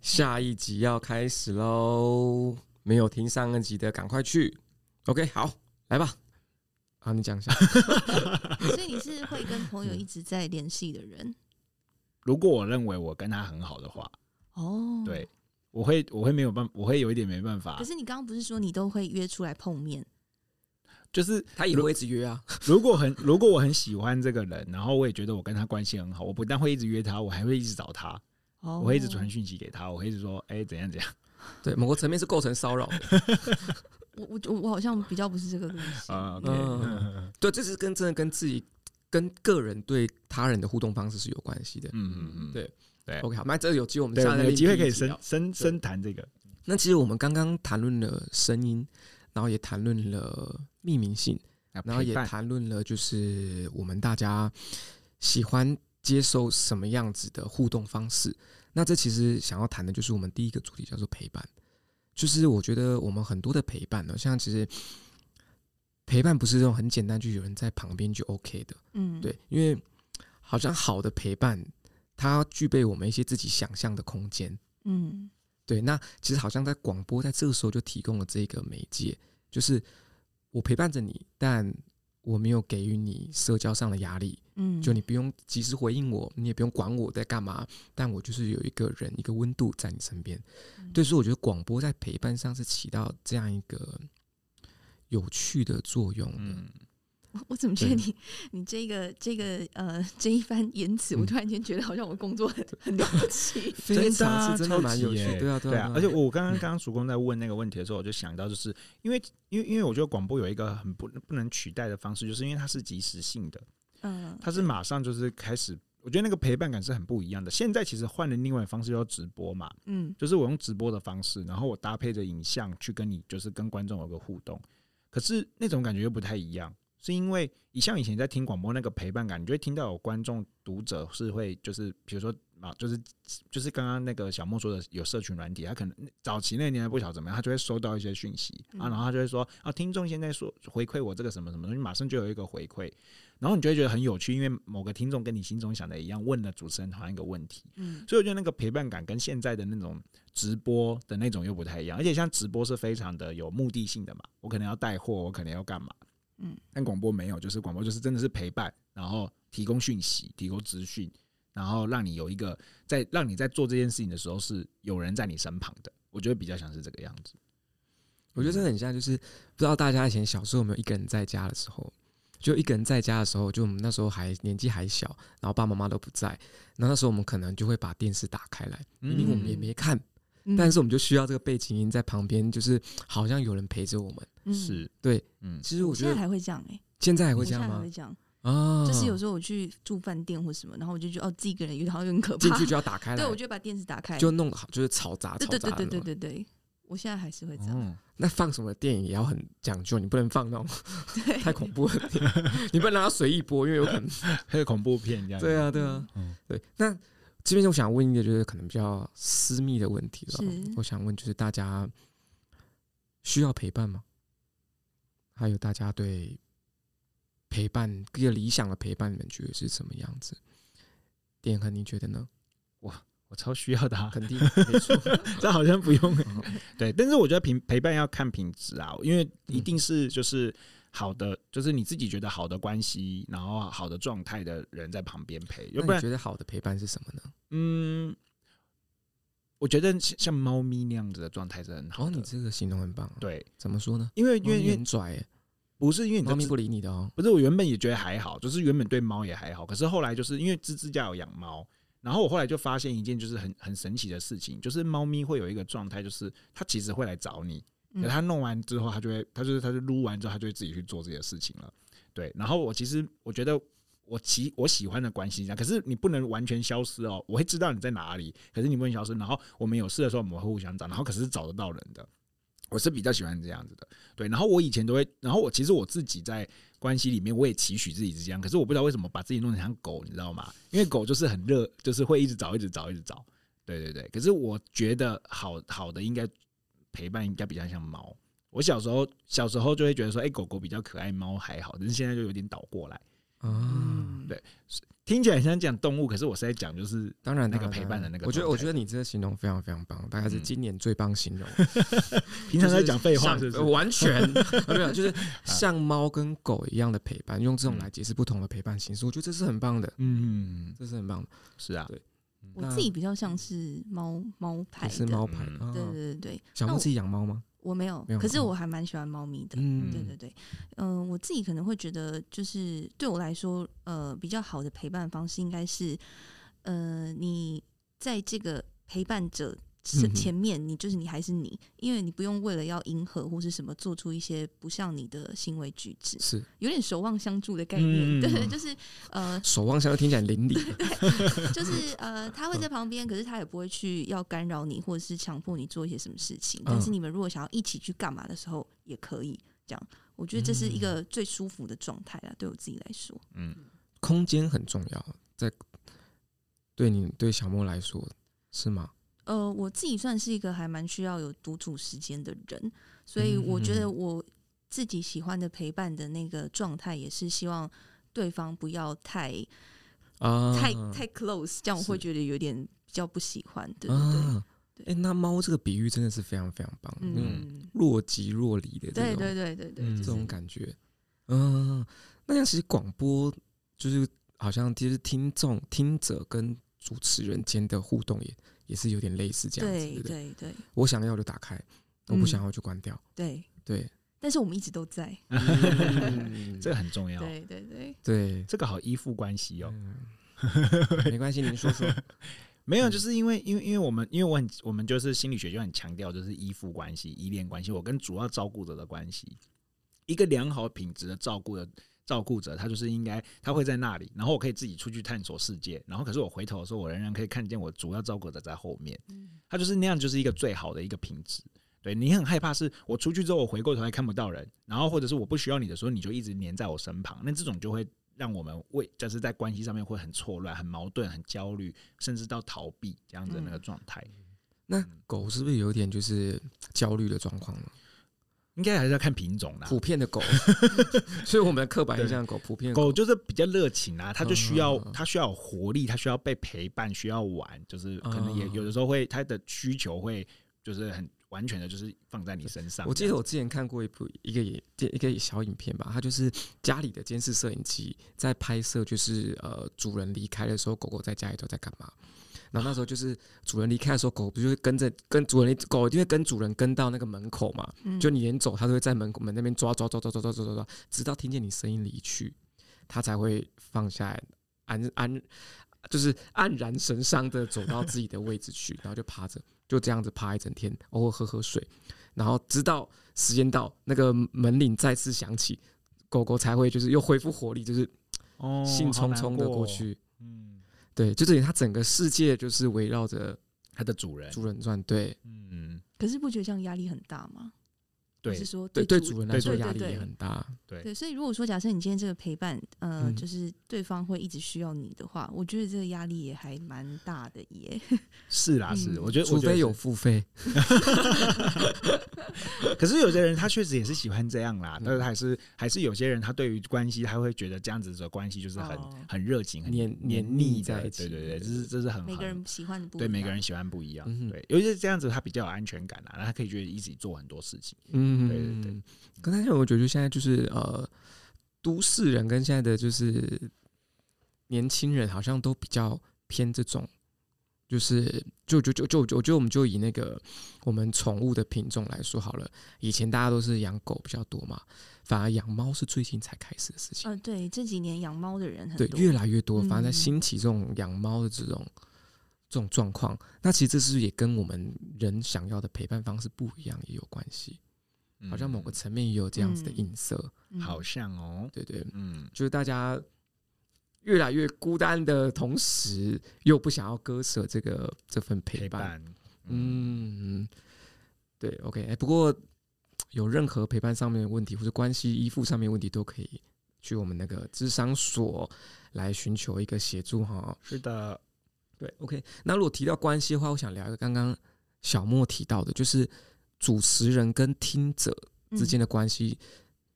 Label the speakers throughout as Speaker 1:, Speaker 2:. Speaker 1: 下一集要开始喽，没有听上一集的赶快去。OK，好，来吧。
Speaker 2: 啊
Speaker 1: 好，你 讲一下。
Speaker 3: 所以你是会跟朋友一直在联系的人
Speaker 2: 如果我认为我跟他很好的话，
Speaker 3: 哦。
Speaker 2: 对，我会我会没有办，我会有一点没办
Speaker 1: 啊
Speaker 2: 法
Speaker 3: 可，是你刚刚不是说你都会约出来碰面？
Speaker 2: 就是
Speaker 1: 他也会一直约啊，
Speaker 2: 如果很 如果我很喜欢这个人，然后我也觉得我跟他关系很好，我不但会一直约他，我还会一直找他，
Speaker 3: 哦，
Speaker 2: 我会一直传。讯息给他，我会一直说，哎、怎样 怎样
Speaker 1: 对，某个层面是构成骚 扰的。
Speaker 3: 我我我我好像比较不是这个路线。
Speaker 2: 啊，OK、
Speaker 1: 嗯对，这是跟真的跟自己、跟个人对他人的互动方式是有关系的。
Speaker 2: 嗯嗯嗯，
Speaker 1: 对
Speaker 2: 对
Speaker 1: OK，好，那这个有机会我们
Speaker 2: 对，
Speaker 1: 下
Speaker 2: 我们
Speaker 1: 次
Speaker 2: 有机会可以
Speaker 1: 深
Speaker 2: 深。深深谈这个，
Speaker 1: 那其实我们刚刚谈论了声音，然后也谈论了匿名性，然后也
Speaker 2: 啊陪伴
Speaker 1: 谈论了就是我们大家喜欢接受什么样子的互动方式。那这其实想要谈的就是我们第一个主题叫做陪伴，就是我觉得我们很多的陪伴呢，像其实陪伴不是这种很简单，就有人在旁边就 OK 的。
Speaker 3: 嗯，
Speaker 1: 对，因为好像好的陪伴，它具备我们一些自己想象的空间。
Speaker 3: 嗯，
Speaker 1: 对，那其实好像在广播在这个时候就提供了这个媒介，就是我陪伴着你，但我没有给予你社交上的压力，
Speaker 3: 嗯，
Speaker 1: 就你不用及时回应我，你也不用管我在干嘛，但我就是有一个人一个温度在你身边。
Speaker 3: 嗯
Speaker 1: 对，所以我觉得广播在陪伴上是起到这样一个有趣的作用的。
Speaker 2: 嗯，
Speaker 3: 我我怎么觉得
Speaker 1: 对
Speaker 3: 你你这个这个呃这一番言辞，
Speaker 1: 嗯
Speaker 3: 我突然间觉得好像我工作很很了 不起。
Speaker 1: 非
Speaker 2: 真的啊
Speaker 1: 常是真的
Speaker 2: 超
Speaker 1: 蛮
Speaker 2: 级
Speaker 1: 有趣
Speaker 2: 耶，
Speaker 1: 对啊，
Speaker 2: 对
Speaker 1: 啊
Speaker 2: 啊，，而且我刚刚
Speaker 1: 嗯
Speaker 2: 刚刚曙光在问那个问题的时候，我就想到，就是因为因为因为我觉得广播有一个很不不能取代的方式，就是因为它是即时性的，
Speaker 3: 嗯，
Speaker 2: 它是马上就是开始，我觉得那个陪伴感是很不一样的。现在其实换了另外的方式，叫直播嘛，
Speaker 3: 嗯
Speaker 2: 就是我用直播的方式，然后我搭配着影像去跟你，就是跟观众有个互动。可是那种感觉又不太一样，是因为你像以前在听广播那个陪伴感，你就会听到有观众读者是会就是比如说啊，就是就是刚刚那个小莫说的有社群软体，他可能早期那个年代不晓得怎么样，他就会收到一些讯息
Speaker 3: 嗯
Speaker 2: 啊，然后他就会说啊，听众现在说回馈我这个什么什么东西，马上就有一个回馈，然后你就会觉得很有趣，因为某个听众跟你心中想的一样，问了主持人同样一个问题，
Speaker 3: 嗯
Speaker 2: 所以我觉得那个陪伴感跟现在的那种直播的那种又不太一样，而且像直播是非常的有目的性的嘛，我可能要带货，我可能要干嘛，
Speaker 3: 嗯，
Speaker 2: 但广播没有，就是广播就是真的是陪伴，然后提供讯息，提供资讯，然后让你有一个在让你在做这件事情的时候是有人在你身旁的，我觉得比较像是这个样子。
Speaker 1: 我觉得真的很像，就是不知道大家以前小时候有没有一个人在家的时候，就一个人在家的时候，就我们那时候还年纪还小，然后爸爸妈妈都不在，然后那时候我们可能就会把电视打开来，明明我
Speaker 2: 嗯
Speaker 1: 们也没看，
Speaker 3: 嗯
Speaker 1: 但是我们就需要这个背景音在旁边，就是好像有人陪着我们。
Speaker 3: 嗯
Speaker 2: 是，
Speaker 1: 对，
Speaker 2: 嗯，
Speaker 1: 其实我觉
Speaker 3: 现在
Speaker 1: 得
Speaker 3: 还会这样哎，
Speaker 1: 现在还
Speaker 3: 我
Speaker 1: 会这样
Speaker 3: 现在还
Speaker 1: 吗
Speaker 3: 会？这样，
Speaker 1: 啊，
Speaker 3: 就是有时候我去住饭店或什么，然后我就觉得哦，自己一个人有点好像有点可
Speaker 1: 进
Speaker 3: 怕
Speaker 1: 去。就要打开来，
Speaker 3: 对，我就把电视打开。
Speaker 1: 就弄好，就是嘈杂
Speaker 3: 对
Speaker 1: 嘈
Speaker 3: 对
Speaker 1: 杂
Speaker 3: 对
Speaker 1: 的嗯那
Speaker 3: 对对
Speaker 1: 种。
Speaker 3: 对对，我现在还是会这样。
Speaker 2: 哦，
Speaker 1: 那放什么电影也要很讲究，你不能放那种
Speaker 3: 对，
Speaker 1: 太恐怖的电影，你不能让它随意播，因为有可 能
Speaker 2: 还有恐怖片这样，
Speaker 1: 对，啊，对啊，
Speaker 2: 嗯
Speaker 1: 对。那这边我想问一个，就是可能比较私密的问题了
Speaker 3: 是。
Speaker 1: 我想问，就是大家需要陪伴吗？还有大家对陪伴一个理想的陪伴，你们觉得是什么样子？点恒，你觉得呢？
Speaker 2: 我超需要的、啊，
Speaker 1: 肯定没 错。
Speaker 2: 这好像不用
Speaker 1: 嗯
Speaker 2: 对，但是我觉得陪陪伴要看品质啊，因为一定是就是好的，就是你自己觉得好的关系，然后好的状态的人在旁边陪，要不
Speaker 1: 那你
Speaker 2: 然
Speaker 1: 觉得好的陪伴是什么呢？
Speaker 2: 嗯，我觉得像像猫咪那样子的状态是很好
Speaker 1: 哦，
Speaker 2: 的。
Speaker 1: 你这个形容很棒啊。
Speaker 2: 对，
Speaker 1: 怎么说呢？
Speaker 2: 因为因
Speaker 1: 猫
Speaker 2: 为
Speaker 1: 咪
Speaker 2: 因为
Speaker 1: 很拽耶，
Speaker 2: 不是因为你
Speaker 1: 猫
Speaker 2: 都
Speaker 1: 咪
Speaker 2: 知
Speaker 1: 不理你的哦。
Speaker 2: 不是我原本也觉得还好，就是原本对猫也还好，可是后来就是因为芝芝家有养猫，然后我后来就发现一件就是很很神奇的事情，就是猫咪会有一个状态，就是它其实会来找你，
Speaker 3: 嗯
Speaker 2: 可它弄完之后，它就会，它就是它就撸完之后，它就会自己去做自己的事情了。对，然后我其实我觉得。我喜我喜欢的关系是这样，可是你不能完全消失哦。我会知道你在哪里，可是你不能消失。然后我们有事的时候，我们会互相找，然后可是找得到人的。我是比较喜欢这样子的，对。然后我以前都会，然后我其实我自己在关系里面，我也期许自己是这样，可是我不知道为什么把自己弄成像狗，你知道吗？因为狗就是很热， 就是会一直找，一直找，一直找。对对对，可是我觉得好好的应该陪伴应该比较像猫。我小时候小时候就会觉得说，哎、狗狗比较可爱，猫还好，但是现在就有点倒过来。
Speaker 1: 啊，
Speaker 3: 嗯
Speaker 2: 对听起来很像讲动物，可是我是在讲就是
Speaker 1: 当然
Speaker 2: 那个
Speaker 1: 当然
Speaker 2: 陪伴的那个
Speaker 1: 我觉得
Speaker 2: 状态嗯
Speaker 1: 我觉得你这个形容非常非常棒，大概是今年最棒形容。
Speaker 2: 平常在讲废话，
Speaker 1: 就是是
Speaker 2: 不
Speaker 1: 像
Speaker 2: 是？啊
Speaker 1: 完 全啊没有，就是像猫跟狗一样的陪伴，用这种来解释不同的陪伴形式，我觉得这是很棒的，
Speaker 2: 嗯，
Speaker 1: 这是很棒的，
Speaker 2: 是啊，
Speaker 1: 对
Speaker 3: 我自己比较像是猫猫派
Speaker 1: 也
Speaker 3: 的，
Speaker 1: 嗯是猫牌
Speaker 2: 嗯。
Speaker 1: 啊
Speaker 3: 对对对对，
Speaker 1: 小
Speaker 3: 那
Speaker 1: 莫
Speaker 3: 我
Speaker 1: 自己养猫吗？
Speaker 3: 我没有
Speaker 1: 没有，
Speaker 3: 可是
Speaker 1: 哦
Speaker 3: 我还蛮喜欢猫咪的。
Speaker 1: 嗯，
Speaker 3: 对对对，嗯、我自己可能会觉得，就是对我来说，呃，比较好的陪伴方式应该是，呃，你在这个陪伴者
Speaker 1: 嗯
Speaker 3: 前
Speaker 1: 哼
Speaker 3: 前面，你就是你还是你，因为你不用为了要迎合或是什么做出一些不像你的行为举止，
Speaker 1: 是
Speaker 3: 有点守望相助的概
Speaker 2: 嗯
Speaker 3: 念。对，
Speaker 2: 嗯
Speaker 3: 就是呃，
Speaker 1: 守望相助听起来邻 里的，
Speaker 3: 就是呃，他会在旁边，可是他也不会去要干扰你，或者是强迫你做一些什么事情。但是你们如果想要一起去干嘛的时候，也可以这样。我觉得这是一个最舒服的状态啦，对我自己来说。
Speaker 2: 嗯，
Speaker 1: 空间很重要，在对你对小莫来说是吗？
Speaker 3: 呃，我自己算是一个还蛮需要有独处时间的人，所以我觉得我自己喜欢的陪伴的那个状态，也是希望对方不要太
Speaker 1: 啊，
Speaker 3: 太太 close，这样我会
Speaker 1: 是
Speaker 3: 觉得有点比较不喜欢。对对对，
Speaker 1: 啊，哎、那猫这个比喻真的是非常非常棒，嗯，
Speaker 3: 嗯，
Speaker 1: 若即若离的这种
Speaker 3: 对对对对对，
Speaker 2: 嗯
Speaker 3: 就
Speaker 1: 这
Speaker 3: 是
Speaker 1: 种感觉。嗯，那样其实广播就是好像其实听众、听者跟主持人间的互动也也是有点类似这样子，对
Speaker 3: 对
Speaker 1: 不对？
Speaker 3: 对对
Speaker 1: 我想要就打开，我不想要就关掉，
Speaker 3: 对。
Speaker 1: 对，
Speaker 3: 但是我们一直都在。
Speaker 1: 嗯
Speaker 2: 这个很重要，
Speaker 3: 对对对，
Speaker 1: 对，
Speaker 2: 这个好依附关系哦。
Speaker 1: 嗯没关系，您说说，
Speaker 2: 没
Speaker 1: 嗯
Speaker 2: 有，就是因为因为因为我们因为我很我们就是心理学就很强调就是依附关系、依恋关系，我跟主要照顾者的关系，一个良好品质的照顾的照顾者，他就是应该他会在那里，然后我可以自己出去探索世界，然后可是我回头的时候，我仍然可以看见我主要照顾者在后面，他就是那样，就是一个最好的一个品质。对你很害怕，是我出去之后我回过头来看不到人，然后或者是我不需要你的时候，你就一直黏在我身旁，那这种就会让我们为就是在关系上面会很错乱、很矛盾、很焦虑，甚至到逃避这样子的那个状态。
Speaker 1: 那狗是不是有点就是焦虑的状况呢？
Speaker 2: 应该还是要看品种啦，
Speaker 1: 普遍的狗，所以我们的刻板印象的狗普遍的
Speaker 2: 狗就是比较热情啊，它就需要
Speaker 1: 嗯
Speaker 2: 它需要有活力，它需要被陪伴，需要玩，就是可能也
Speaker 1: 嗯
Speaker 2: 有的时候会它的需求会就是很完全的，就是放在你身上。
Speaker 1: 我记得我之前看过一部一个影一个小影片吧，它就是家里的监视摄影机在拍摄，就是呃主人离开的时候，狗狗在家里都在干嘛。然后那时候就是主人离开的时候，狗不就会跟着跟主人狗一定会跟主人跟到那个门口嘛？
Speaker 3: 嗯
Speaker 1: 就你连走，它都会在门门那边抓抓抓抓抓抓抓抓抓，直到听见你声音离去，它才会放下来，安安就是黯然神伤的走到自己的位置去，然后就趴着，就这样子趴一整天，偶尔喝喝水，然后直到时间到，那个门铃再次响起，狗狗才会就是又恢复活力，就是
Speaker 2: 哦
Speaker 1: 兴冲冲的过，
Speaker 2: 好难
Speaker 1: 去。
Speaker 2: 过嗯，
Speaker 1: 对，就等于它整个世界就是围绕着
Speaker 2: 它的主人，
Speaker 1: 主人转。对，
Speaker 2: 嗯，
Speaker 3: 可是不觉得这样压力很大吗？
Speaker 2: 对
Speaker 3: 还是，说
Speaker 1: 对，对
Speaker 3: 对
Speaker 1: 主人来说
Speaker 3: 对
Speaker 1: 压
Speaker 3: 对
Speaker 1: 力
Speaker 3: 对
Speaker 1: 也很大。
Speaker 2: 对
Speaker 3: 对，所以如果说假设你今天这个陪伴，呃，
Speaker 1: 嗯
Speaker 3: 就是对方会一直需要你的话，我觉得这个压力也还蛮大的耶。
Speaker 2: 是啦，
Speaker 3: 嗯
Speaker 2: 是，我觉得，
Speaker 1: 除
Speaker 2: 我觉得
Speaker 1: 非
Speaker 2: 是
Speaker 1: 有，付费，
Speaker 2: 可是有些人他确实也是喜欢这样啦
Speaker 1: 嗯，
Speaker 2: 但是还是还是有些人他对于关系他会觉得这样子的关系就是很
Speaker 3: 哦
Speaker 2: 很热情、很
Speaker 1: 黏黏腻
Speaker 2: 腻
Speaker 1: 在
Speaker 2: 的
Speaker 1: 一起
Speaker 2: 对对
Speaker 1: 对
Speaker 2: 对，这是这是很
Speaker 3: 每个
Speaker 2: 很
Speaker 3: 人喜欢的啊不一
Speaker 2: 对
Speaker 3: 样
Speaker 2: 每个人喜欢不一样
Speaker 1: 嗯，哼
Speaker 2: 对，尤其是这样子他比较有安全感啦，啊然后他可以觉得一起做很多事情，
Speaker 1: 嗯，
Speaker 2: 对对对。
Speaker 1: 可但是我觉得现在就是呃，都市人跟现在的就是年轻人好像都比较偏这种，就是就就就就我觉得我们就以那个我们宠物的品种来说好了，以前大家都是养狗比较多嘛，反而养猫是最近才开始的事情。
Speaker 3: 嗯、对，这几年养猫的人很
Speaker 1: 对，
Speaker 3: 多，
Speaker 1: 越来越多，
Speaker 3: 嗯
Speaker 1: 反而在兴起这种养猫的这种这种状况。那其实这是不是也跟我们人想要的陪伴方式不一样也有关系？
Speaker 2: 嗯
Speaker 1: 好像某个层面也有这样子的
Speaker 3: 嗯
Speaker 1: 映射，
Speaker 3: 嗯
Speaker 2: 好像哦，
Speaker 1: 对对，
Speaker 2: 嗯，
Speaker 1: 就是大家越来越孤单的同时，又不想要割舍这个这份陪
Speaker 2: 陪
Speaker 1: 伴。
Speaker 2: 伴，嗯，
Speaker 1: 嗯，对，OK，哎、不过有任何陪伴上面的问题，或者关系依附上面的问题，都可以去我们那个智商所来寻求一个协助哈。
Speaker 2: 是的，
Speaker 1: 对，OK，那如果提到关系的话，我想聊一个刚刚小莫提到的，就是主持人跟听者之间的
Speaker 3: 的、
Speaker 1: 关系，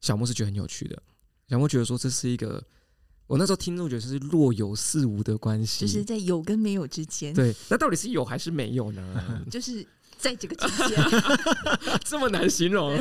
Speaker 1: 小莫是觉得很有趣的。小莫觉得说这是一个我那时候听众觉得是若有似无的关系，
Speaker 3: 就是在有跟没有之间，
Speaker 1: 对，那到底是有还是没有呢？
Speaker 3: 就是在这个之间，
Speaker 1: 这么难形容，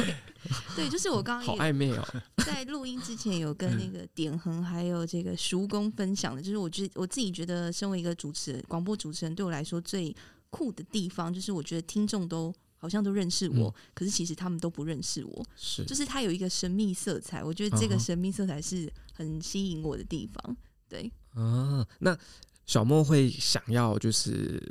Speaker 3: 对，就是我刚
Speaker 1: 好
Speaker 3: 刚也
Speaker 1: 暧昧哦。
Speaker 3: 在录音之前有跟那个点恒还有这个叔公分享的，就是我觉我自己觉得，身为一个主持人，广播主持人对我来说最酷的地方，就是我觉得听众都好像都认识我，
Speaker 1: 嗯
Speaker 3: 可是其实他们都不认识我，
Speaker 1: 是
Speaker 3: 就是它有一个神秘色彩，我觉得这个
Speaker 1: 嗯哼
Speaker 3: 神秘色彩是很吸引我的地方。对，
Speaker 1: 啊，那小莫会想要就是，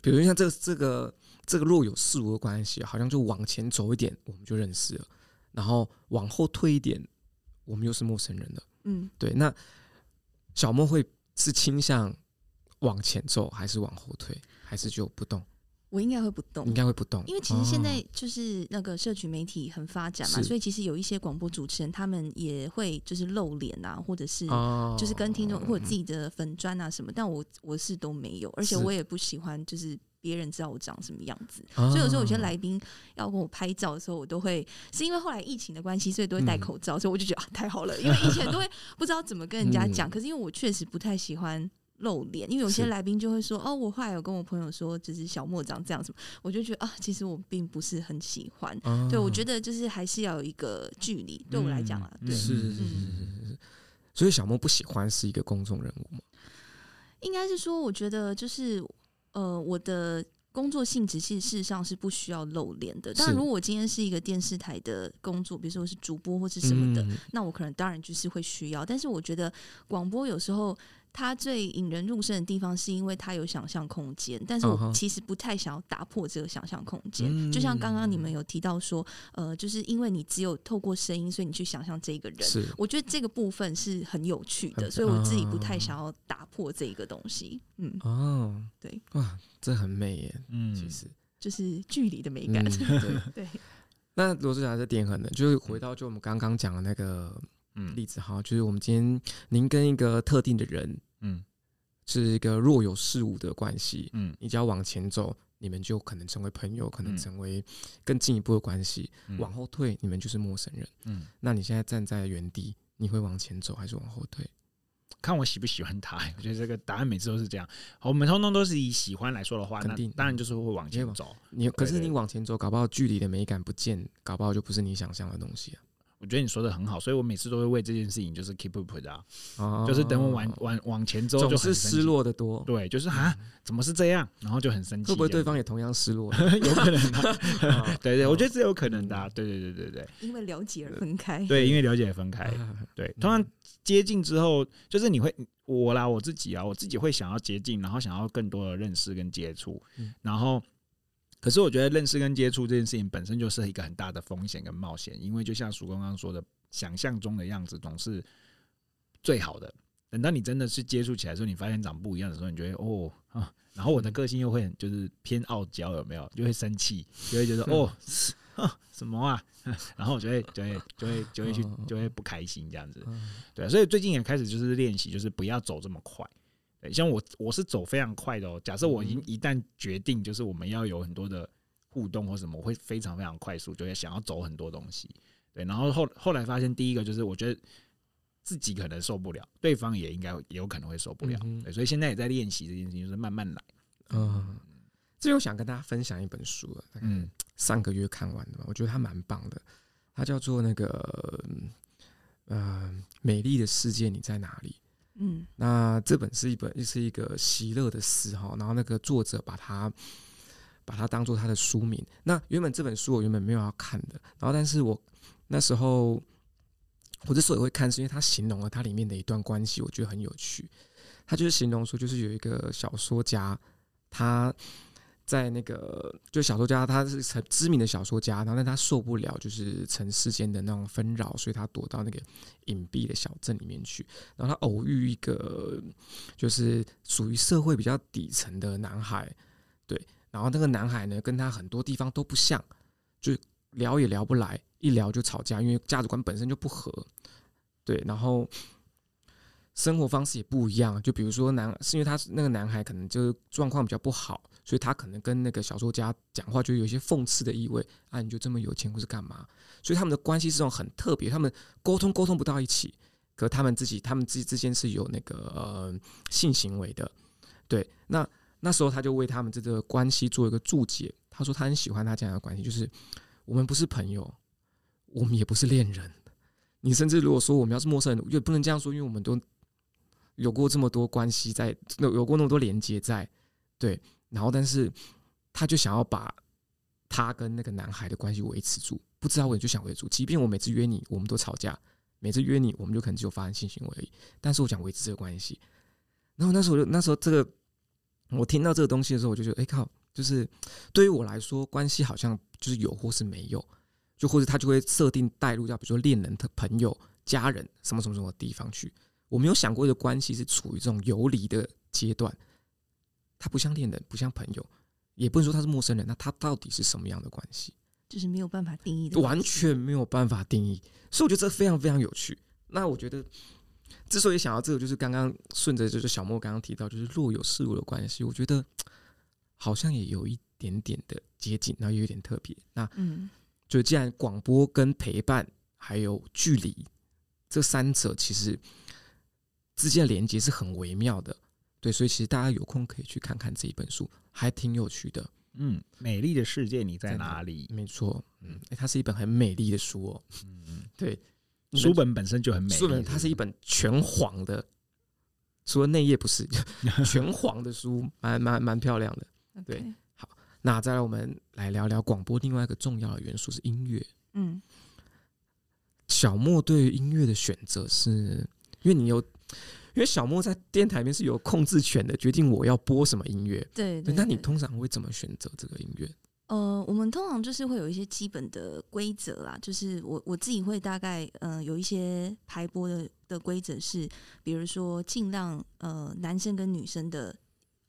Speaker 1: 比如像这这个这个若有似无的关系，好像就往前走一点，我们就认识了，然后往后退一点，我们又是陌生人了。
Speaker 3: 嗯，
Speaker 1: 对，那小莫会是倾向往前走，还是往后退，还是就不动？
Speaker 3: 我应该会不
Speaker 1: 应
Speaker 3: 动。
Speaker 1: 该会不动，
Speaker 3: 因为其实现在
Speaker 1: 哦
Speaker 3: 就是那个社群媒体很发展嘛，
Speaker 1: 是
Speaker 3: 所以其实有一些广播主持人他们也会就是露脸啊，或者是
Speaker 1: 哦
Speaker 3: 就是跟听众或者自己的粉砖啊什么，但我我是都没有，而且
Speaker 1: 是
Speaker 3: 我也不喜欢就是别人知道我长什么样子，
Speaker 1: 哦
Speaker 3: 所以有时候有些来宾要跟我拍照的时候，我都会是因为后来疫情的关系，所以都会
Speaker 1: 嗯
Speaker 3: 戴口罩，所以我就觉得啊太好了，因为以前 都会不知道怎么跟人家讲，
Speaker 1: 嗯
Speaker 3: 可是因为我确实不太喜欢。露脸，因为有些
Speaker 1: 是
Speaker 3: 来宾就会说：“哦，我后来有跟我朋友说，就是小莫长这样什么。”我就觉得啊，其实我并不是很喜欢。
Speaker 1: 哦
Speaker 3: 对我觉得就是还是要有一个距离，对我来讲啊，
Speaker 2: 嗯
Speaker 3: 对，
Speaker 1: 是是是是
Speaker 3: 嗯
Speaker 1: 是是是，所以小莫不喜欢是一个公众人物嘛？
Speaker 3: 应该是说，我觉得就是呃，我的工作性质其实事实上是不需要露脸的。但
Speaker 1: 是
Speaker 3: 如果我今天是一个电视台的工作，比如说我是主播或是什么的，
Speaker 1: 嗯
Speaker 3: 那我可能当然就是会需要。但是我觉得广播有时候它最引人入胜的地方，是因为它有想象空间。但是
Speaker 1: 嗯
Speaker 3: 我
Speaker 1: 哼
Speaker 3: 其实不太想要打破这个想象空间。
Speaker 1: 嗯
Speaker 3: 就像刚刚你们有提到说，呃，就是因为你只有透过声音，所以你去想象这个人。
Speaker 1: 是
Speaker 3: 我觉得这个部分是很有趣的，
Speaker 1: 很嗯
Speaker 3: 所以我自己不太想要打破这个东西。嗯，
Speaker 1: 哦，
Speaker 3: 对，
Speaker 1: 哇，这很美耶，
Speaker 2: 嗯，
Speaker 1: 其实
Speaker 3: 就是距离的美感。
Speaker 1: 嗯对
Speaker 3: 对，
Speaker 1: 那罗志祥这点很呢，就是回到就我们刚刚讲的那个
Speaker 2: 嗯
Speaker 1: 例子哈，就是我们今天您跟一个特定的人
Speaker 2: 嗯
Speaker 1: 是一个若有似无的关系，
Speaker 2: 嗯
Speaker 1: 你只要往前走，你们就可能成为朋友，可能
Speaker 2: 嗯
Speaker 1: 成为更进一步的关系；
Speaker 2: 嗯，
Speaker 1: 往后退，你们就是陌生人。
Speaker 2: 嗯，
Speaker 1: 那你现在站在原地，你会往前走还是往后退？
Speaker 2: 看我喜不喜欢他。我觉得这个答案每次都是这样。好，我们通通都是以喜欢来说的话，
Speaker 1: 肯
Speaker 2: 那
Speaker 1: 定
Speaker 2: 当然就是会往
Speaker 1: 也
Speaker 2: 前
Speaker 1: 往
Speaker 2: 走。
Speaker 1: 你可是
Speaker 2: 对
Speaker 1: 你往前走，搞不好距离的美感不见，搞不好就不是你想象的东西
Speaker 2: 我觉得你说的很好，所以我每次都会为这件事情就是 keep up 的、啊，
Speaker 1: 啊。
Speaker 2: 就是等我往
Speaker 1: 哦
Speaker 2: 往往前之后
Speaker 1: 总
Speaker 2: 就很
Speaker 1: 是
Speaker 2: 生
Speaker 1: 失
Speaker 2: 气。
Speaker 1: 落的多，嗯
Speaker 2: 对，就是啊，怎么是这样？然后就很啊生气。
Speaker 1: 会不会对
Speaker 2: 这样
Speaker 1: 方也 同样失落？
Speaker 2: 有可能、啊？
Speaker 1: 啊
Speaker 2: 对对，我觉得是有可能的、啊。对对对对对
Speaker 3: 因为了解而分开。
Speaker 2: 对，因为了解分开。
Speaker 1: 啊
Speaker 2: 对，通常接近之后，就是你会我啦，我自己啊，我自己会想要接近，然后想要更多的认识跟接触，
Speaker 1: 嗯
Speaker 2: 然后。可是我觉得认识跟接触这件事情本身就是一个很大的风险跟冒险，因为就像叔刚刚说的，想象中的样子总是最好的。等到你真的是接触起来的时候，你发现长不一样的时候，你就会哦啊。然后我的个性又会很就是偏傲娇，有没有？就会生气，就会觉得哦 啊什么啊， 然后我就会就会就会就会去就会不开心这样子。
Speaker 1: 嗯
Speaker 2: 对，啊所以最近也开始就是练习，就是不要走这么快。对，像我我是走非常快的哦。假设我已经
Speaker 1: 嗯
Speaker 2: 一旦决定，就是我们要有很多的互动或什么，我会非常非常快速，就会想要走很多东西。对，然后后后来发现，第一个就是我觉得自己可能受不了，对方也应该也有可能会受不了。
Speaker 1: 嗯哼
Speaker 2: 对，所以现在也在练习这件事情，就是慢慢来。
Speaker 1: 嗯，这又想跟大家分享一本书了，大概
Speaker 2: 嗯
Speaker 1: 上个月看完的吧，我觉得它蛮棒的，它叫做那个嗯呃《美丽的世界你在哪里》。
Speaker 3: 嗯，
Speaker 1: 那这本是一本是一个席勒的诗哈，然后那个作者把它把它当做他的书名。那原本这本书我原本没有要看的，然后但是我那时候我之所以会看，是因为它形容了它里面的一段关系，我觉得很有趣。它就是形容说，就是有一个小说家，他在那个就小说家，他是很知名的小说家，然后但他受不了就是尘世间的那种纷扰，所以他躲到那个隐蔽的小镇里面去。然后他偶遇一个就是属于社会比较底层的男孩，对，然后那个男孩呢跟他很多地方都不像，就聊也聊不来，一聊就吵架，因为价值观本身就不合，对，然后生活方式也不一样，就比如说男，是因为他那个男孩可能就是状况比较不好，所以他可能跟那个小说家讲话就有一些讽刺的意味，啊，你就这么有钱或是干嘛？所以他们的关系是这种很特别，他们沟通沟通不到一起，可他们自己他们之之间是有那个呃性行为的，对，那那时候他就为他们这个关系做一个注解，他说他很喜欢他这样的关系，就是我们不是朋友，我们也不是恋人，你甚至如果说我们要是陌生人，也不能这样说，因为我们都有过这么多关系在，有有过那么多连接在，对，然后但是他就想要把他跟那个男孩的关系维持住，不知道我就想维持住，即便我每次约你，我们都吵架。每次约你，我们就可能只有发生性行为而已。但是我想维持这个关系。然后那时候我就，那时候这个我听到这个东西的时候，我就觉得，哎、靠，就是对于我来说，关系好像就是有或是没有，就或者他就会设定带入到比如说恋人、朋友、家人什么什么什么地方去。我没有想过的关系是处于这种游离的阶段，它不像恋人，不像朋友，也不能说他是陌生人。那他到底是什么样的关系？
Speaker 3: 就是没有办法定义的
Speaker 1: 完
Speaker 3: 东西。
Speaker 1: 全没有办法定义，所以我觉得这非常非常有趣。那我觉得之所以想到这个，就是刚刚顺着就是小莫刚刚提到，就是若有似无的关系，我觉得嘖好像也有一点点的接近，然后也有一点特别。那
Speaker 3: 嗯，
Speaker 1: 就既然广播跟陪伴还有距离这三者其实之间的连接是很微妙的，对，所以其实大家有空可以去看看这一本书，还挺有趣的。
Speaker 2: 嗯，美丽的世界你在
Speaker 1: 在哪
Speaker 2: 哪里？
Speaker 1: 没错，嗯，诶它是一本很美丽的书哦。
Speaker 2: 嗯，
Speaker 1: 对，
Speaker 2: 书本本身就很美丽，
Speaker 1: 书本它是一本全黄的，除了内页不是 全黄的书，蛮蛮蛮漂亮的。对
Speaker 3: OK，
Speaker 1: 那再来，我们来聊聊广播另外一个重要的元素是音乐。
Speaker 3: 嗯，
Speaker 1: 小莫对于音乐的选择是，因为你有，因为小莫在电台里面是有控制权的，决定我要播什么音乐。
Speaker 3: 对
Speaker 1: 对
Speaker 3: 对。
Speaker 1: 那你
Speaker 3: 对
Speaker 1: 通常会怎么选择这个音乐？
Speaker 3: 呃，我们通常就是会有一些基本的规则啦，就是我我自己会大概呃有一些排播的的规则是，比如说尽量呃男生跟女生的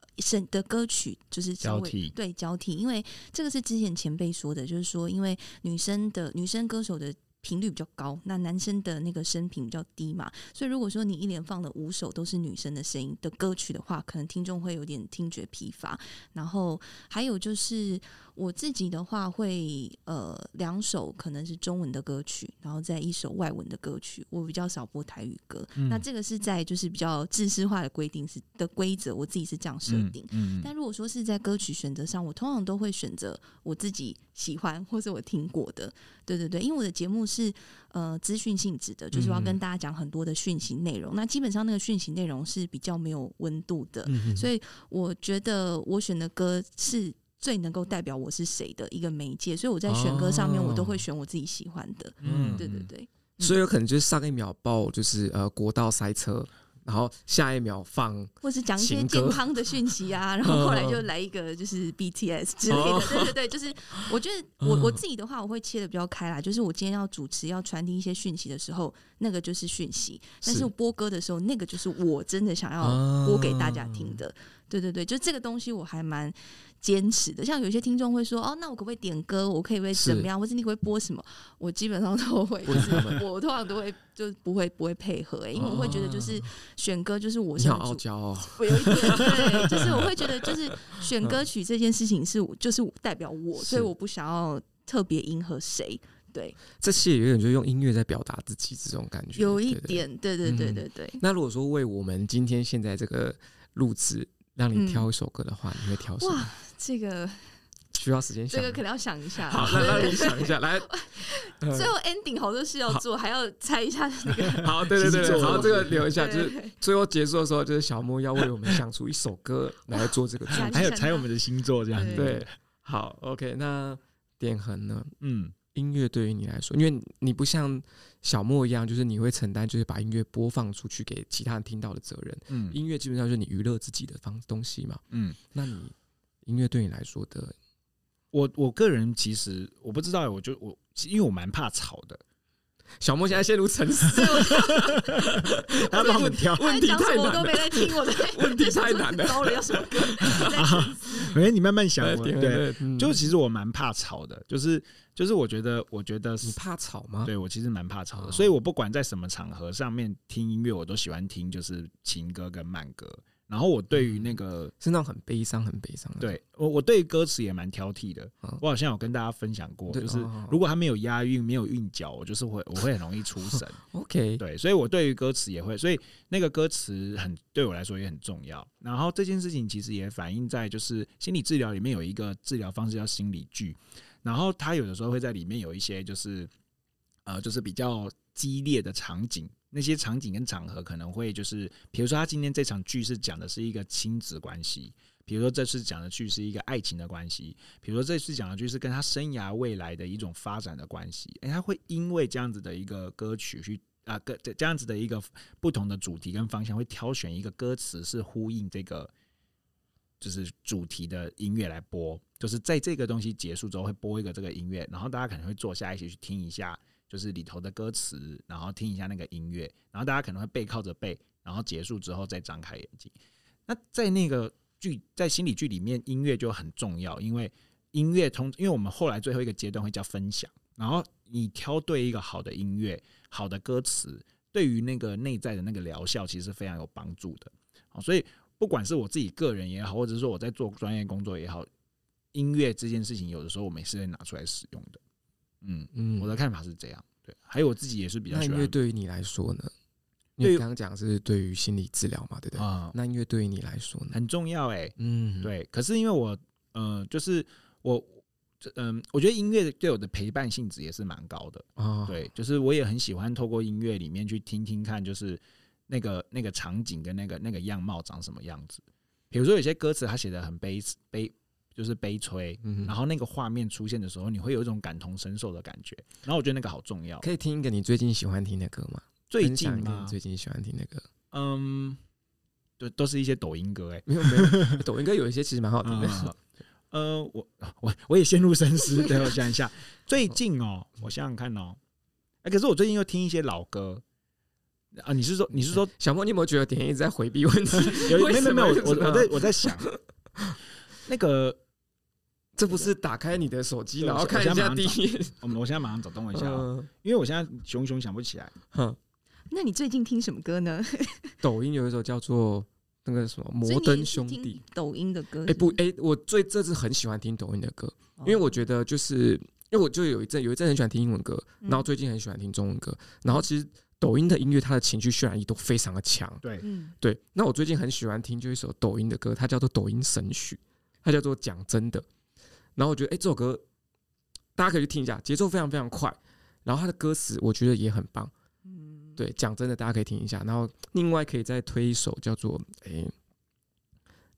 Speaker 3: 呃声的歌曲就是稍
Speaker 2: 交
Speaker 3: 微
Speaker 2: 替
Speaker 3: 对交替，因为这个是之前前辈说的，就是说因为女生的女生歌手的。频率比较高，那男生的那个声频比较低嘛，所以如果说你一连放了五首都是女生的声音的歌曲的话，可能听众会有点听觉疲乏。然后还有就是，我自己的话会呃两首可能是中文的歌曲，然后再一首外文的歌曲。我比较少播台语歌，
Speaker 2: 嗯
Speaker 3: 那这个是在就是比较制式化的规定是的规则，我自己是这样设定。
Speaker 2: 嗯，嗯
Speaker 3: 但如果说是在歌曲选择上，我通常都会选择我自己喜欢或是我听过的。对对对，因为我的节目是呃资讯性质的，就是我要
Speaker 1: 嗯
Speaker 3: 跟大家讲很多的讯息内容。那基本上那个讯息内容是比较没有温度的，
Speaker 1: 嗯，
Speaker 3: 所以我觉得我选的歌是最能够代表我是谁的一个媒介，所以我在选歌上面，
Speaker 1: 哦
Speaker 3: 我都会选我自己喜欢的。
Speaker 1: 嗯
Speaker 3: 对对对，
Speaker 1: 所以有可能就是上一秒报就是呃国道塞车，然后下一秒放
Speaker 3: 或是讲一些
Speaker 1: 情歌
Speaker 3: 健康的讯息 啊，然后后来就来一个就是 BTS 之类
Speaker 1: 哦嗯
Speaker 3: 的。对对对，就是我觉得我我自己的话，我会切的比较开啦，就是我今天要主持要传递一些讯息的时候，那个就是讯息；但
Speaker 1: 是
Speaker 3: 是我播歌的时候，那个就是我真的想要
Speaker 1: 啊
Speaker 3: 播给大家听的。对对对，就这个东西我还蛮坚持的。像有些听众会说：“哦，那我可不可以点歌？我可以不可以
Speaker 1: 是
Speaker 3: 怎么样？或者你可不可以播什么？”我基本上都会，就是我我通常都会就不会不会配合、欸，因为我会觉得就是选歌就是我
Speaker 1: 啊你
Speaker 3: 是
Speaker 1: 好
Speaker 3: 主
Speaker 1: 傲娇哦，
Speaker 3: 我有 一点对，就是我会觉得，就是选歌曲这件事情是我就是代表我，
Speaker 1: 嗯是
Speaker 3: 所以我不想要特别迎合谁。对，
Speaker 1: 这些也有点就是用音乐在表达自己这种感觉，
Speaker 3: 有一
Speaker 1: 对对
Speaker 3: 点，对对对
Speaker 1: 嗯
Speaker 3: 对对。
Speaker 1: 那如果说为我们今天现在这个录制，让你挑一首歌的话，你会挑什么
Speaker 3: 嗯哇？，这个
Speaker 1: 需要时间
Speaker 3: 这
Speaker 1: 想吗。
Speaker 3: 个可能要想一下。
Speaker 1: 好，那让你想一 下，来，
Speaker 3: 最后 ending 好多事要做，还要猜一下那个。
Speaker 1: 好，对对对
Speaker 2: 星
Speaker 1: 对，
Speaker 2: 座
Speaker 1: 好， 这个留一下，
Speaker 3: 对
Speaker 1: 就是最后结束的时候，就是小莫要为我们想出一首歌来做这个主
Speaker 3: 哇
Speaker 1: 题。
Speaker 2: 还有猜我们的星座这样子，
Speaker 1: 对，好，OK，那点恒呢？
Speaker 2: 嗯，
Speaker 1: 音乐对于你来说，因为你不像小莫一样，就是你会承担就是把音乐播放出去给其他人听到的责任。
Speaker 2: 嗯嗯
Speaker 1: 音乐基本上就是你娱乐自己的方东西嘛。
Speaker 2: 嗯，
Speaker 1: 那你音乐对你来说的
Speaker 2: 我我个人其实我不知道欸，我就我因为我蛮怕吵的，
Speaker 1: 小莫现在陷入沉思，
Speaker 3: 对我
Speaker 2: 他帮我们挑，
Speaker 3: 我在讲什么我都没在听，我在
Speaker 1: 问题
Speaker 3: 在想
Speaker 1: 太
Speaker 3: 说
Speaker 1: 难了
Speaker 3: 糟了，要什么 歌？在想
Speaker 2: 没有你慢慢想
Speaker 1: 对，
Speaker 2: 我
Speaker 1: 点
Speaker 2: 对，
Speaker 1: 对，嗯
Speaker 2: 就其实我蛮怕吵的，就是就是我觉得我觉得
Speaker 1: 你怕吵吗？
Speaker 2: 对我其实蛮怕吵的，
Speaker 1: 哦
Speaker 2: 所以我不管在什么场合上面听音乐，我都喜欢听就是情歌跟慢歌。然后我对于
Speaker 1: 嗯
Speaker 2: 那个
Speaker 1: 是那种很悲伤、很悲伤的。
Speaker 2: 对我我对歌词也蛮挑剔的
Speaker 1: 嗯，
Speaker 2: 我好像有跟大家分享过，
Speaker 1: 对
Speaker 2: 就是
Speaker 1: 哦
Speaker 2: 如果它没有押韵、没有韵脚，我就是会我会很容易出神。
Speaker 1: ，OK，
Speaker 2: 对，所以我对于歌词也会，所以那个歌词很对我来说也很重要。然后这件事情其实也反映在就是心理治疗里面有一个治疗方式叫心理剧，然后它有的时候会在里面有一些就是呃就是比较激烈的场景。那些场景跟场合可能会就是，比如说他今天这场剧是讲的是一个亲子关系，比如说这次讲的剧是一个爱情的关系，比如说这次讲的就是跟他生涯未来的一种发展的关系，诶，他会因为这样子的一个歌曲去啊，跟这这样子的一个不同的主题跟方向，会挑选一个歌词是呼应这个就是主题的音乐来播，就是在这个东西结束之后会播一个这个音乐，然后大家可能会坐下一起去听一下，就是里头的歌词，然后听一下那个音乐，然后大家可能会背靠着背，然后结束之后再张开眼睛。那在那个剧在心理剧里面，音乐就很重要，因为音乐通，因为我们后来最后一个阶段会叫分享，然后你挑对一个好的音乐，好的歌词，对于那个内在的那个疗效其实非常有帮助的。好，所以不管是我自己个人也好，或者是说我在做专业工作也好，音乐这件事情有的时候我们是会拿出来使用的。嗯，
Speaker 1: 嗯
Speaker 2: 我的看法是这样。对，还有我自己也是比较
Speaker 1: 那
Speaker 2: 喜
Speaker 1: 音
Speaker 2: 欢
Speaker 1: 乐对于你来说呢？你
Speaker 2: 对于
Speaker 1: 刚刚讲是对于心理治疗嘛，对不对？
Speaker 2: 啊、
Speaker 1: 那音乐对于你来说呢？
Speaker 2: 很重要哎、
Speaker 1: 嗯，，
Speaker 2: 对，可是因为我，呃，就是我，这嗯，我觉得音乐对我的陪伴性质也是蛮高的。
Speaker 1: 哦，
Speaker 2: 对，就是我也很喜欢透过音乐里面去听听看，就是那个那个场景跟那个那个样貌长什么样子。比如说有些歌词它写的很悲悲，就是悲催，
Speaker 1: 嗯哼，
Speaker 2: 然后那个画面出现的时候，你会有一种感同身受的感觉。然后我觉得那个好重要。
Speaker 1: 可以听一个你最近喜欢听的歌吗？
Speaker 2: 最
Speaker 1: 分
Speaker 2: 近
Speaker 1: 享一个
Speaker 2: 嘛
Speaker 1: 你，最近喜欢听的歌，
Speaker 2: 嗯，对，都是一些抖音歌哎、
Speaker 1: 没有没有，抖音歌有一些其实蛮好听的。
Speaker 2: 嗯呃，我 我我也陷入深思，等我想一下。最近哦，我想想看哦，哎、可是我最近又听一些老歌啊。你是说你是说
Speaker 1: 小莫，你有没有觉得点一直在回避问题？
Speaker 2: 有
Speaker 1: 为
Speaker 2: 没有没
Speaker 1: 什么
Speaker 2: 有没有？
Speaker 1: 为
Speaker 2: 我
Speaker 1: 什么
Speaker 2: 我在我在 想，那个
Speaker 1: 这不是打开你的手机，
Speaker 2: 对
Speaker 1: 然后
Speaker 2: 我
Speaker 1: 看
Speaker 2: 现
Speaker 1: 一
Speaker 2: 在
Speaker 1: 下
Speaker 2: 马上
Speaker 1: 第一眼。
Speaker 2: 我们我现在马上找，等我一下、哦，
Speaker 1: 嗯
Speaker 2: 因为我现在熊熊想不起来。
Speaker 1: 哼，
Speaker 3: 那你最近听什么歌呢？
Speaker 1: 抖音有一首叫做那个什么《
Speaker 3: 所以
Speaker 1: 摩
Speaker 3: 你
Speaker 1: 登
Speaker 3: 也是
Speaker 1: 兄
Speaker 3: 听
Speaker 1: 弟》。
Speaker 3: 抖音的歌
Speaker 1: 哎、
Speaker 3: 是
Speaker 1: 不
Speaker 3: 吗，
Speaker 1: 哎、我最这次很喜欢听抖音的歌，
Speaker 3: 哦
Speaker 1: 因为我觉得就是因为我就有一阵有一阵很喜欢听英文歌，
Speaker 3: 嗯
Speaker 1: 然后最近很喜欢听中文歌，然后其实抖音的音乐它的情绪渲染力都非常的强。
Speaker 2: 对，
Speaker 3: 嗯，
Speaker 1: 对，那我最近很喜欢听就一首抖音的歌，它叫做《抖音神曲》，它叫做《讲真的》。然后我觉得，哎、这首歌大家可以去听一下，节奏非常非常快，然后它的歌词我觉得也很棒。
Speaker 3: 嗯，
Speaker 1: 对，讲真的，大家可以听一下。然后另外可以再推一首叫做“哎、啊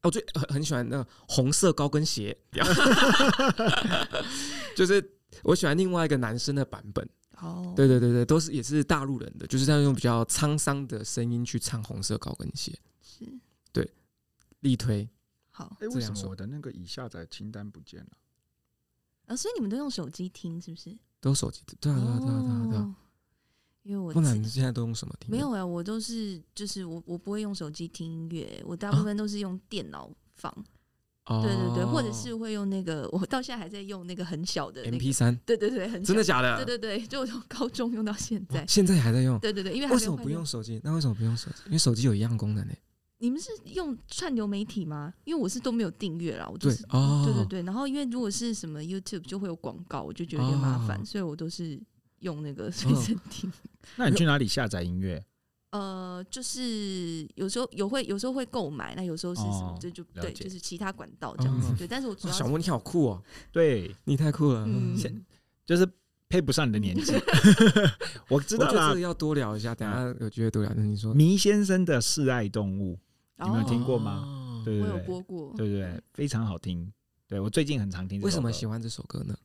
Speaker 1: 我最很很喜欢那个红色高跟鞋， 就是我喜欢另外一个男生的版本。
Speaker 3: 哦，
Speaker 1: 对对对对，都是也是大陆人的，就是他用比较沧桑的声音去唱红色高跟鞋，
Speaker 3: 是
Speaker 1: 力推。
Speaker 3: 好
Speaker 2: 哎、
Speaker 1: 为什么我
Speaker 2: 的那个已下载清单不见了？
Speaker 3: 啊，所以你们都用手机听是不是？
Speaker 1: 都手机的，对啊对啊对啊对啊对啊，
Speaker 3: 哦，因为我
Speaker 1: 不
Speaker 3: 自
Speaker 1: 然你现在都用什么听？
Speaker 3: 没有，哎、我都是就是我我不会用手机听音乐，我大部
Speaker 1: 啊
Speaker 3: 分都是用电脑放，
Speaker 1: 哦、
Speaker 3: 对对对，或者是会用那个，我到现在还在用那个很小的、那个
Speaker 1: MP 三，
Speaker 3: 对对对，很小
Speaker 1: 真的假的？
Speaker 3: 对对对，就我从高中用到现在
Speaker 1: 哇，现在还在用。
Speaker 3: 对对对，因为还
Speaker 1: 为
Speaker 3: 没有
Speaker 1: 什么
Speaker 3: 换
Speaker 1: 不
Speaker 3: 电
Speaker 1: 用手机？那为什么不用手机？因为手机有一样功能呢、
Speaker 3: 你们是用串流媒体吗？因为我是都没有订阅啦，我就
Speaker 1: 对
Speaker 3: 是
Speaker 1: 哦，
Speaker 3: 对对对。然后因为如果是什么 YouTube 就会有广告，我就觉得有点麻烦，
Speaker 1: 哦
Speaker 3: 所以我都是用那个随身听。
Speaker 2: 那你去哪里下载音乐？
Speaker 3: 呃，就是有时候有会有时候会购买，那有时候是什么
Speaker 2: 哦
Speaker 3: 这就
Speaker 2: 了
Speaker 3: 对，
Speaker 2: 解
Speaker 3: 就是其他管道这样子
Speaker 1: 嗯。
Speaker 3: 对，但是我主
Speaker 1: 哇
Speaker 3: 要
Speaker 1: 小
Speaker 3: 是
Speaker 1: 莫你好酷哦，
Speaker 2: 对，
Speaker 1: 你太酷了。
Speaker 3: 嗯
Speaker 1: 嗯
Speaker 2: 现就是配不上你的年 纪。我知
Speaker 1: 我觉
Speaker 2: 道
Speaker 1: 得这
Speaker 2: 啦嗯
Speaker 1: 个，要多聊一下，等一下有机会多聊。那你说，
Speaker 2: 迷先生的示爱动物，你们有听
Speaker 3: 哦，
Speaker 2: 过吗
Speaker 1: 哦
Speaker 2: 对
Speaker 3: 我
Speaker 2: 对
Speaker 3: 有
Speaker 2: 对，
Speaker 3: 播过。
Speaker 2: 对对对，非常好听。对我最近很常听这首
Speaker 1: 嗯
Speaker 2: 歌。
Speaker 1: 为什么喜欢这首歌呢？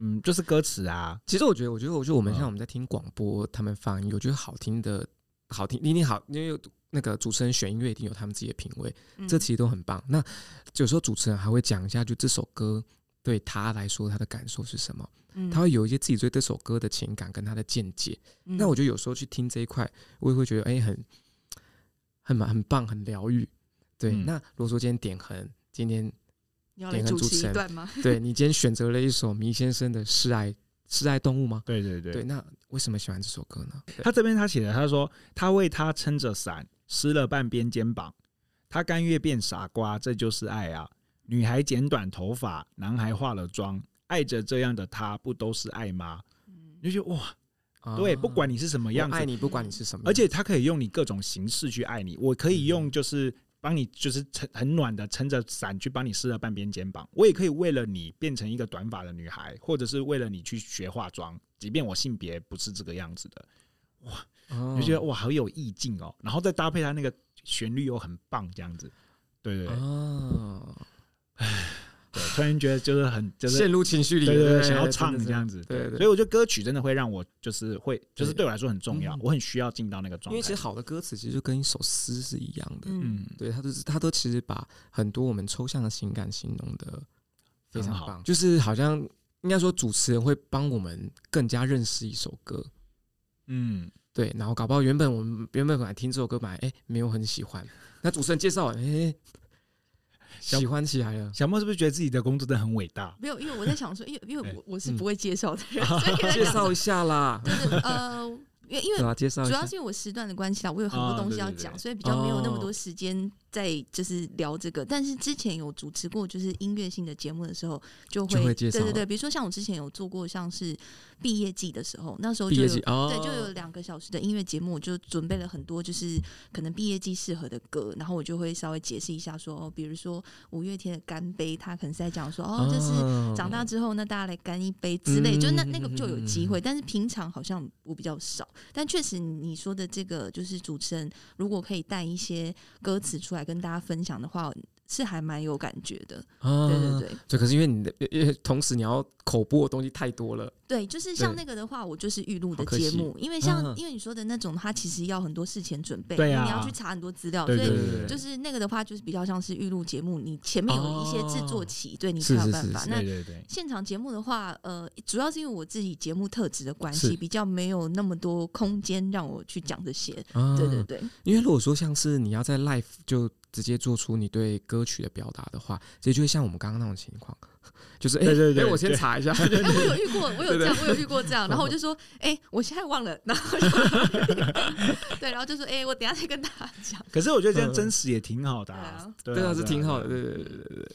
Speaker 2: 嗯，就是歌词啊，
Speaker 1: 其实我觉得，我觉得，我觉得我们
Speaker 2: 嗯
Speaker 1: 像我们在听广播，他们放音乐，我觉得好听的，好听，一定好，因为有那个主持人选音乐一定有他们自己的品味，
Speaker 3: 嗯
Speaker 1: 这其实都很棒。那有时候主持人还会讲一下，就这首歌对他来说他的感受是什么，
Speaker 3: 嗯
Speaker 1: 他会有一些自己对这首歌的情感跟他的见解。
Speaker 3: 嗯
Speaker 1: 那我觉得有时候去听这一块，我也会觉得哎、很很蛮很棒，很疗愈。对，
Speaker 2: 嗯
Speaker 1: 那如果说今天点横，今天
Speaker 3: 你要来
Speaker 1: 点个
Speaker 3: 主
Speaker 1: 主持
Speaker 3: 持一
Speaker 1: 人
Speaker 3: 段 吗？
Speaker 1: 对你今天选择了一首迷先生的《示爱示爱动物》吗？
Speaker 2: 对对对
Speaker 1: 对，那为什么喜欢这首歌呢？
Speaker 2: 他这边他写的，他说他为他撑着伞，湿了半边肩膀。他甘愿变傻瓜，这就是爱啊！女孩剪短头发，男孩化了妆，爱着这样的他，不都是爱吗？
Speaker 3: 嗯
Speaker 2: 你就觉得哇，
Speaker 1: 啊
Speaker 2: 对，不管你是什么样
Speaker 1: 我
Speaker 2: 子，
Speaker 1: 爱你，嗯不管你是什么样
Speaker 2: 而
Speaker 1: 子，
Speaker 2: 且他可以用你各种形式去爱你，我可以
Speaker 1: 嗯
Speaker 2: 用就是帮你就是撑很暖的撑着伞去帮你湿了半边肩膀，我也可以为了你变成一个短发的女孩，或者是为了你去学化妆，即便我性别不是这个样子的，
Speaker 1: 哦
Speaker 2: 你就觉得哇好有意境哦，然后再搭配他那个旋律又很棒，这样子，对对对，
Speaker 1: 哦，
Speaker 2: 对突然觉得就是很就是
Speaker 1: 陷入情绪里，
Speaker 2: 对对对，
Speaker 1: 不
Speaker 2: 想要
Speaker 1: 真
Speaker 2: 唱
Speaker 1: 的是
Speaker 2: 这样子，
Speaker 1: 对对对
Speaker 2: 所以我觉得歌曲真的会让我就是会就是
Speaker 1: 对
Speaker 2: 对我来说很重要，
Speaker 1: 嗯
Speaker 2: 我很需要进到那个状
Speaker 1: 因为其
Speaker 2: 态
Speaker 1: 实，好的歌词其实就跟一首诗是一样的，
Speaker 3: 嗯，
Speaker 2: 嗯，
Speaker 1: 对，它都是它都其实把很多我们抽象的情感形容的非常
Speaker 2: 很好
Speaker 1: 棒，就是好像应该说主持人会帮我们更加认识一首歌，
Speaker 2: 嗯，
Speaker 1: 对，然后搞不好原本我们原本本来听这首歌本来哎、没有很喜欢，那主持人介绍哎、
Speaker 2: 小
Speaker 1: 喜欢起来 了，
Speaker 2: 小莫是不是觉得自己的工作真的很伟大？
Speaker 3: 没有，因为我在想说，因为因为
Speaker 2: 哎
Speaker 3: 我我是
Speaker 1: 嗯
Speaker 3: 不会介绍的人，所以可能
Speaker 1: 介
Speaker 3: 讲说
Speaker 1: 绍一下啦，
Speaker 3: 对对呃，因为因
Speaker 1: 对
Speaker 3: 为
Speaker 1: 吧？介绍一
Speaker 3: 主要
Speaker 1: 下
Speaker 3: 是因为我时段的关系啦，我有很
Speaker 2: 啊
Speaker 3: 多东西
Speaker 2: 对
Speaker 3: 要
Speaker 2: 对对
Speaker 3: 讲，所以比较没有那么
Speaker 1: 哦
Speaker 3: 多时间在就是聊这个。但是之前有主持过就是音乐性的节目的时候，就会
Speaker 1: 就会介
Speaker 3: 对
Speaker 1: 绍
Speaker 3: 对对，比如说像我之前有做过像是毕业季的时候，那时候
Speaker 1: 毕
Speaker 3: 就
Speaker 1: 业
Speaker 3: 有
Speaker 1: 季哦，
Speaker 3: 对，就有两个小时的音乐节目，我就准备了很多，就是可能毕业季适合的歌，然后我就会稍微解释一下说，哦，比如说五月天的《干杯》，他可能是在讲说，哦，这是
Speaker 1: 是
Speaker 3: 长大之后，那大家来干一杯之类，就那
Speaker 1: 嗯
Speaker 3: 那个就有机会。但是平常好像我比较少，但确实你说的这个，就是主持人如果可以带一些歌词出来跟大家分享的话，是还蛮有感觉的。
Speaker 1: 啊
Speaker 3: 对对对。
Speaker 1: 对，可是因为你的，因为同时你要口播的东西太多了，
Speaker 3: 对，就是像
Speaker 1: 对
Speaker 3: 那个的话，我就是预录的
Speaker 1: 好可
Speaker 3: 节
Speaker 1: 惜
Speaker 3: 目，因为像、
Speaker 1: 嗯
Speaker 3: 因为你说的那种，它其实要很多事前准备，
Speaker 2: 对
Speaker 3: 因为
Speaker 2: 啊
Speaker 3: 你要去查很多资料，
Speaker 1: 哦
Speaker 2: 对对
Speaker 3: 所以。
Speaker 2: 对对，
Speaker 3: 就是那个的话，就是比较像是预录节目，你前面有一些制作期，对你
Speaker 1: 是
Speaker 3: 才有
Speaker 1: 是
Speaker 3: 办
Speaker 1: 是
Speaker 3: 法。
Speaker 1: 是
Speaker 3: 那
Speaker 2: 对对对，
Speaker 3: 现场节目的话，呃，主要是因为我自己节目特质的关系，
Speaker 1: 是
Speaker 3: 比较没有那么多空间让我去讲这些。
Speaker 1: 啊
Speaker 3: 对对对，
Speaker 1: 因为如果说像是你要在 l i f e 就直接做出你对歌曲的表达的话，这就会像我们刚刚那种情况，就是哎，
Speaker 2: 对对对
Speaker 1: 哎我先
Speaker 2: 对啊
Speaker 1: 查一下，
Speaker 3: 哎、我有遇过，我有这样，我有遇过这样，然后我就说，哎、我现在忘了，然 后就对，然后就说，哎、我等一下再跟大家讲。
Speaker 2: 可是我觉得这样
Speaker 1: 嗯
Speaker 2: 真实也挺好的、对
Speaker 1: 对啊，是挺好的，对
Speaker 2: 对啊
Speaker 1: 对对对对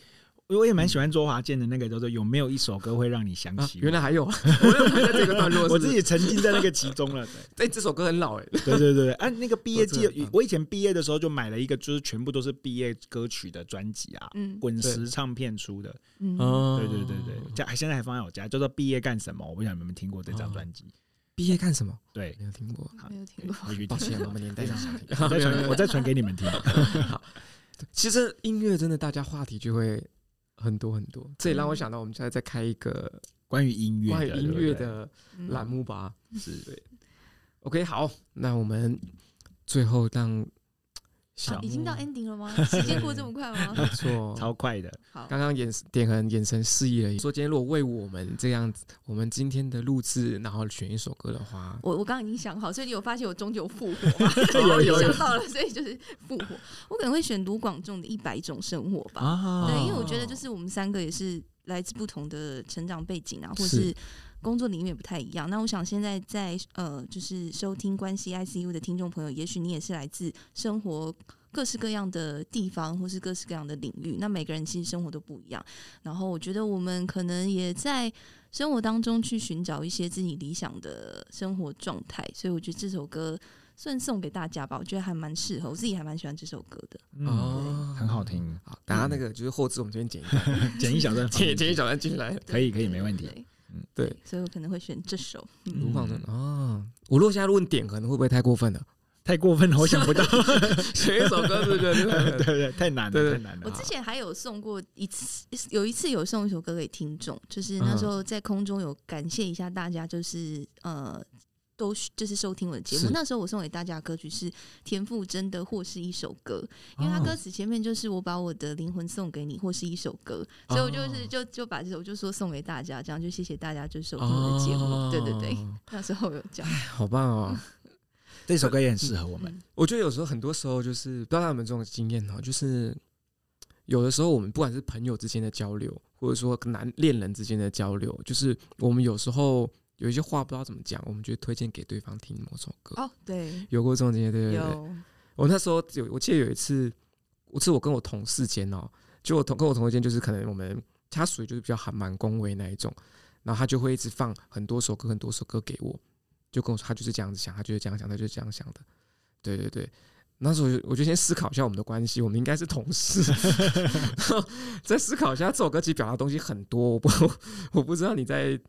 Speaker 2: 我我也蛮喜欢周华健的那个叫做“有没有一首歌会让你想
Speaker 1: 啊，
Speaker 2: 起我”
Speaker 1: 原来还 有，我又还在这个段落，
Speaker 2: 我
Speaker 1: 是
Speaker 2: 自
Speaker 1: 不是
Speaker 2: 己沉浸在那个其中 了。对
Speaker 1: 哎，这首歌很老哎，
Speaker 2: 对对对，啊，那个毕业季
Speaker 1: 我知道，
Speaker 2: 我以前毕业的时候就买了一个，就是全部都是毕业歌曲的专辑啊，
Speaker 3: 嗯
Speaker 2: 滚石唱片出的。
Speaker 3: 嗯，
Speaker 1: 哦
Speaker 2: 对对对对，家还现在还放在我家，叫做《毕业干什么》。我不知道你们有没有听过这张专辑？
Speaker 1: 毕业干什么？
Speaker 2: 对，
Speaker 1: 没有听过，
Speaker 3: 没有听过。
Speaker 2: 回去
Speaker 1: 抱
Speaker 2: 听
Speaker 1: 歉，我们年代
Speaker 2: 非常
Speaker 1: 相
Speaker 2: 我 再传，我再传给你们听。
Speaker 1: 其实音乐真的，大家话题就会很多很多，这也让我想到，我们现在在开一个
Speaker 2: 关于嗯音乐
Speaker 1: 关
Speaker 2: 的，
Speaker 1: 于
Speaker 2: 对
Speaker 1: 音
Speaker 2: 不
Speaker 1: 乐
Speaker 2: 对
Speaker 1: 的啊
Speaker 3: 嗯
Speaker 1: 栏目吧。
Speaker 2: 是
Speaker 1: 对，OK，好，那我们最后让小
Speaker 3: 啊已经到
Speaker 1: 莫
Speaker 3: ending 了吗？时间过这么快 吗？
Speaker 1: 没错。
Speaker 2: 超快的。
Speaker 3: 好，
Speaker 1: 刚刚眼神点很眼神示意了，说今天如果为我们这样子，我们今天的录制，然后选一首歌的话，
Speaker 3: 我我刚刚已经想好，所以你有发现我终究复 活吗？
Speaker 1: 有有有
Speaker 3: 想到了，所以就是复活。我可能会选卢广仲的《一百种生活》吧。
Speaker 2: 啊
Speaker 3: 对，因为我觉得就是我们三个也是来自不同的成长背景啊，或
Speaker 1: 是
Speaker 3: 是工作领域也不太一样。那我想现在在呃，就是收听关系 ICU 的听众朋友，也许你也是来自生活。各式各样的地方，或是各式各样的领域，那每个人其实生活都不一样。然后我觉得我们可能也在生活当中去寻找一些自己理想的生活状态，所以我觉得这首歌算送给大家吧。我觉得还蛮适合，我自己还蛮喜欢这首歌的。
Speaker 2: 嗯，很好。听，
Speaker 1: 哦好，大家那个就是后置，我们这边剪嗯一段，
Speaker 2: 剪一小 段，
Speaker 1: 剪剪一小段进来。
Speaker 2: 可以可以没问题
Speaker 3: 对。对
Speaker 2: 嗯
Speaker 1: 对，
Speaker 3: 所以我可能会选这首。嗯
Speaker 1: 卢广仲哦，我如果现在问点，可能会不会太过分了？
Speaker 2: 太过分了，我想 不到，
Speaker 1: 选一首歌是不是？
Speaker 2: 对对，太难
Speaker 1: 对
Speaker 2: 了，
Speaker 1: 对
Speaker 2: 太难
Speaker 3: 我
Speaker 2: 了。
Speaker 3: 之前还有送过一次，有一次有送一首歌给听众，就是那时候在空中有感谢一下大家，就是呃，都就是收听我的节目
Speaker 1: 是。
Speaker 3: 那时候我送给大家的歌曲是田馥甄的《或是一首歌》，因为它
Speaker 1: 哦
Speaker 3: 歌词前面就是我把我的灵魂送给你，或是一首歌，所以我就是
Speaker 1: 哦
Speaker 3: 就就把这首就说送给大家，这样就谢谢大家就收听我的节目。对对对，
Speaker 1: 哦
Speaker 3: 那时候有讲，
Speaker 1: 好棒哦！
Speaker 2: 这首歌也很适 合我们，
Speaker 3: 嗯
Speaker 1: 我觉得有时候很多时候就是不知道大家有没有这种经验哦，就是有的时候我们不管是朋友之间的交流，或者说跟男恋人之间的交流，就是我们有时候有一些话不知道怎么讲，我们就会推荐给对方听某首歌。
Speaker 3: 哦，对，
Speaker 1: 有过这种经验，对对对。
Speaker 3: 有。
Speaker 1: 我那时候有，我记得有一次，我是我跟我同事间哦、就我同跟我同事间就是可能我们他属于就是比较还蛮恭维那一种，然后他就会一直放很多首歌很多首歌给我，就跟我说他就是这样子想，他就是这样想，他就是这样想的，对对对。那时候我就我就先思考一下我们的关系，我们应该是同 事，然后再思考一下这首歌其实表达的东西很多，我不我不知道你在
Speaker 2: 哪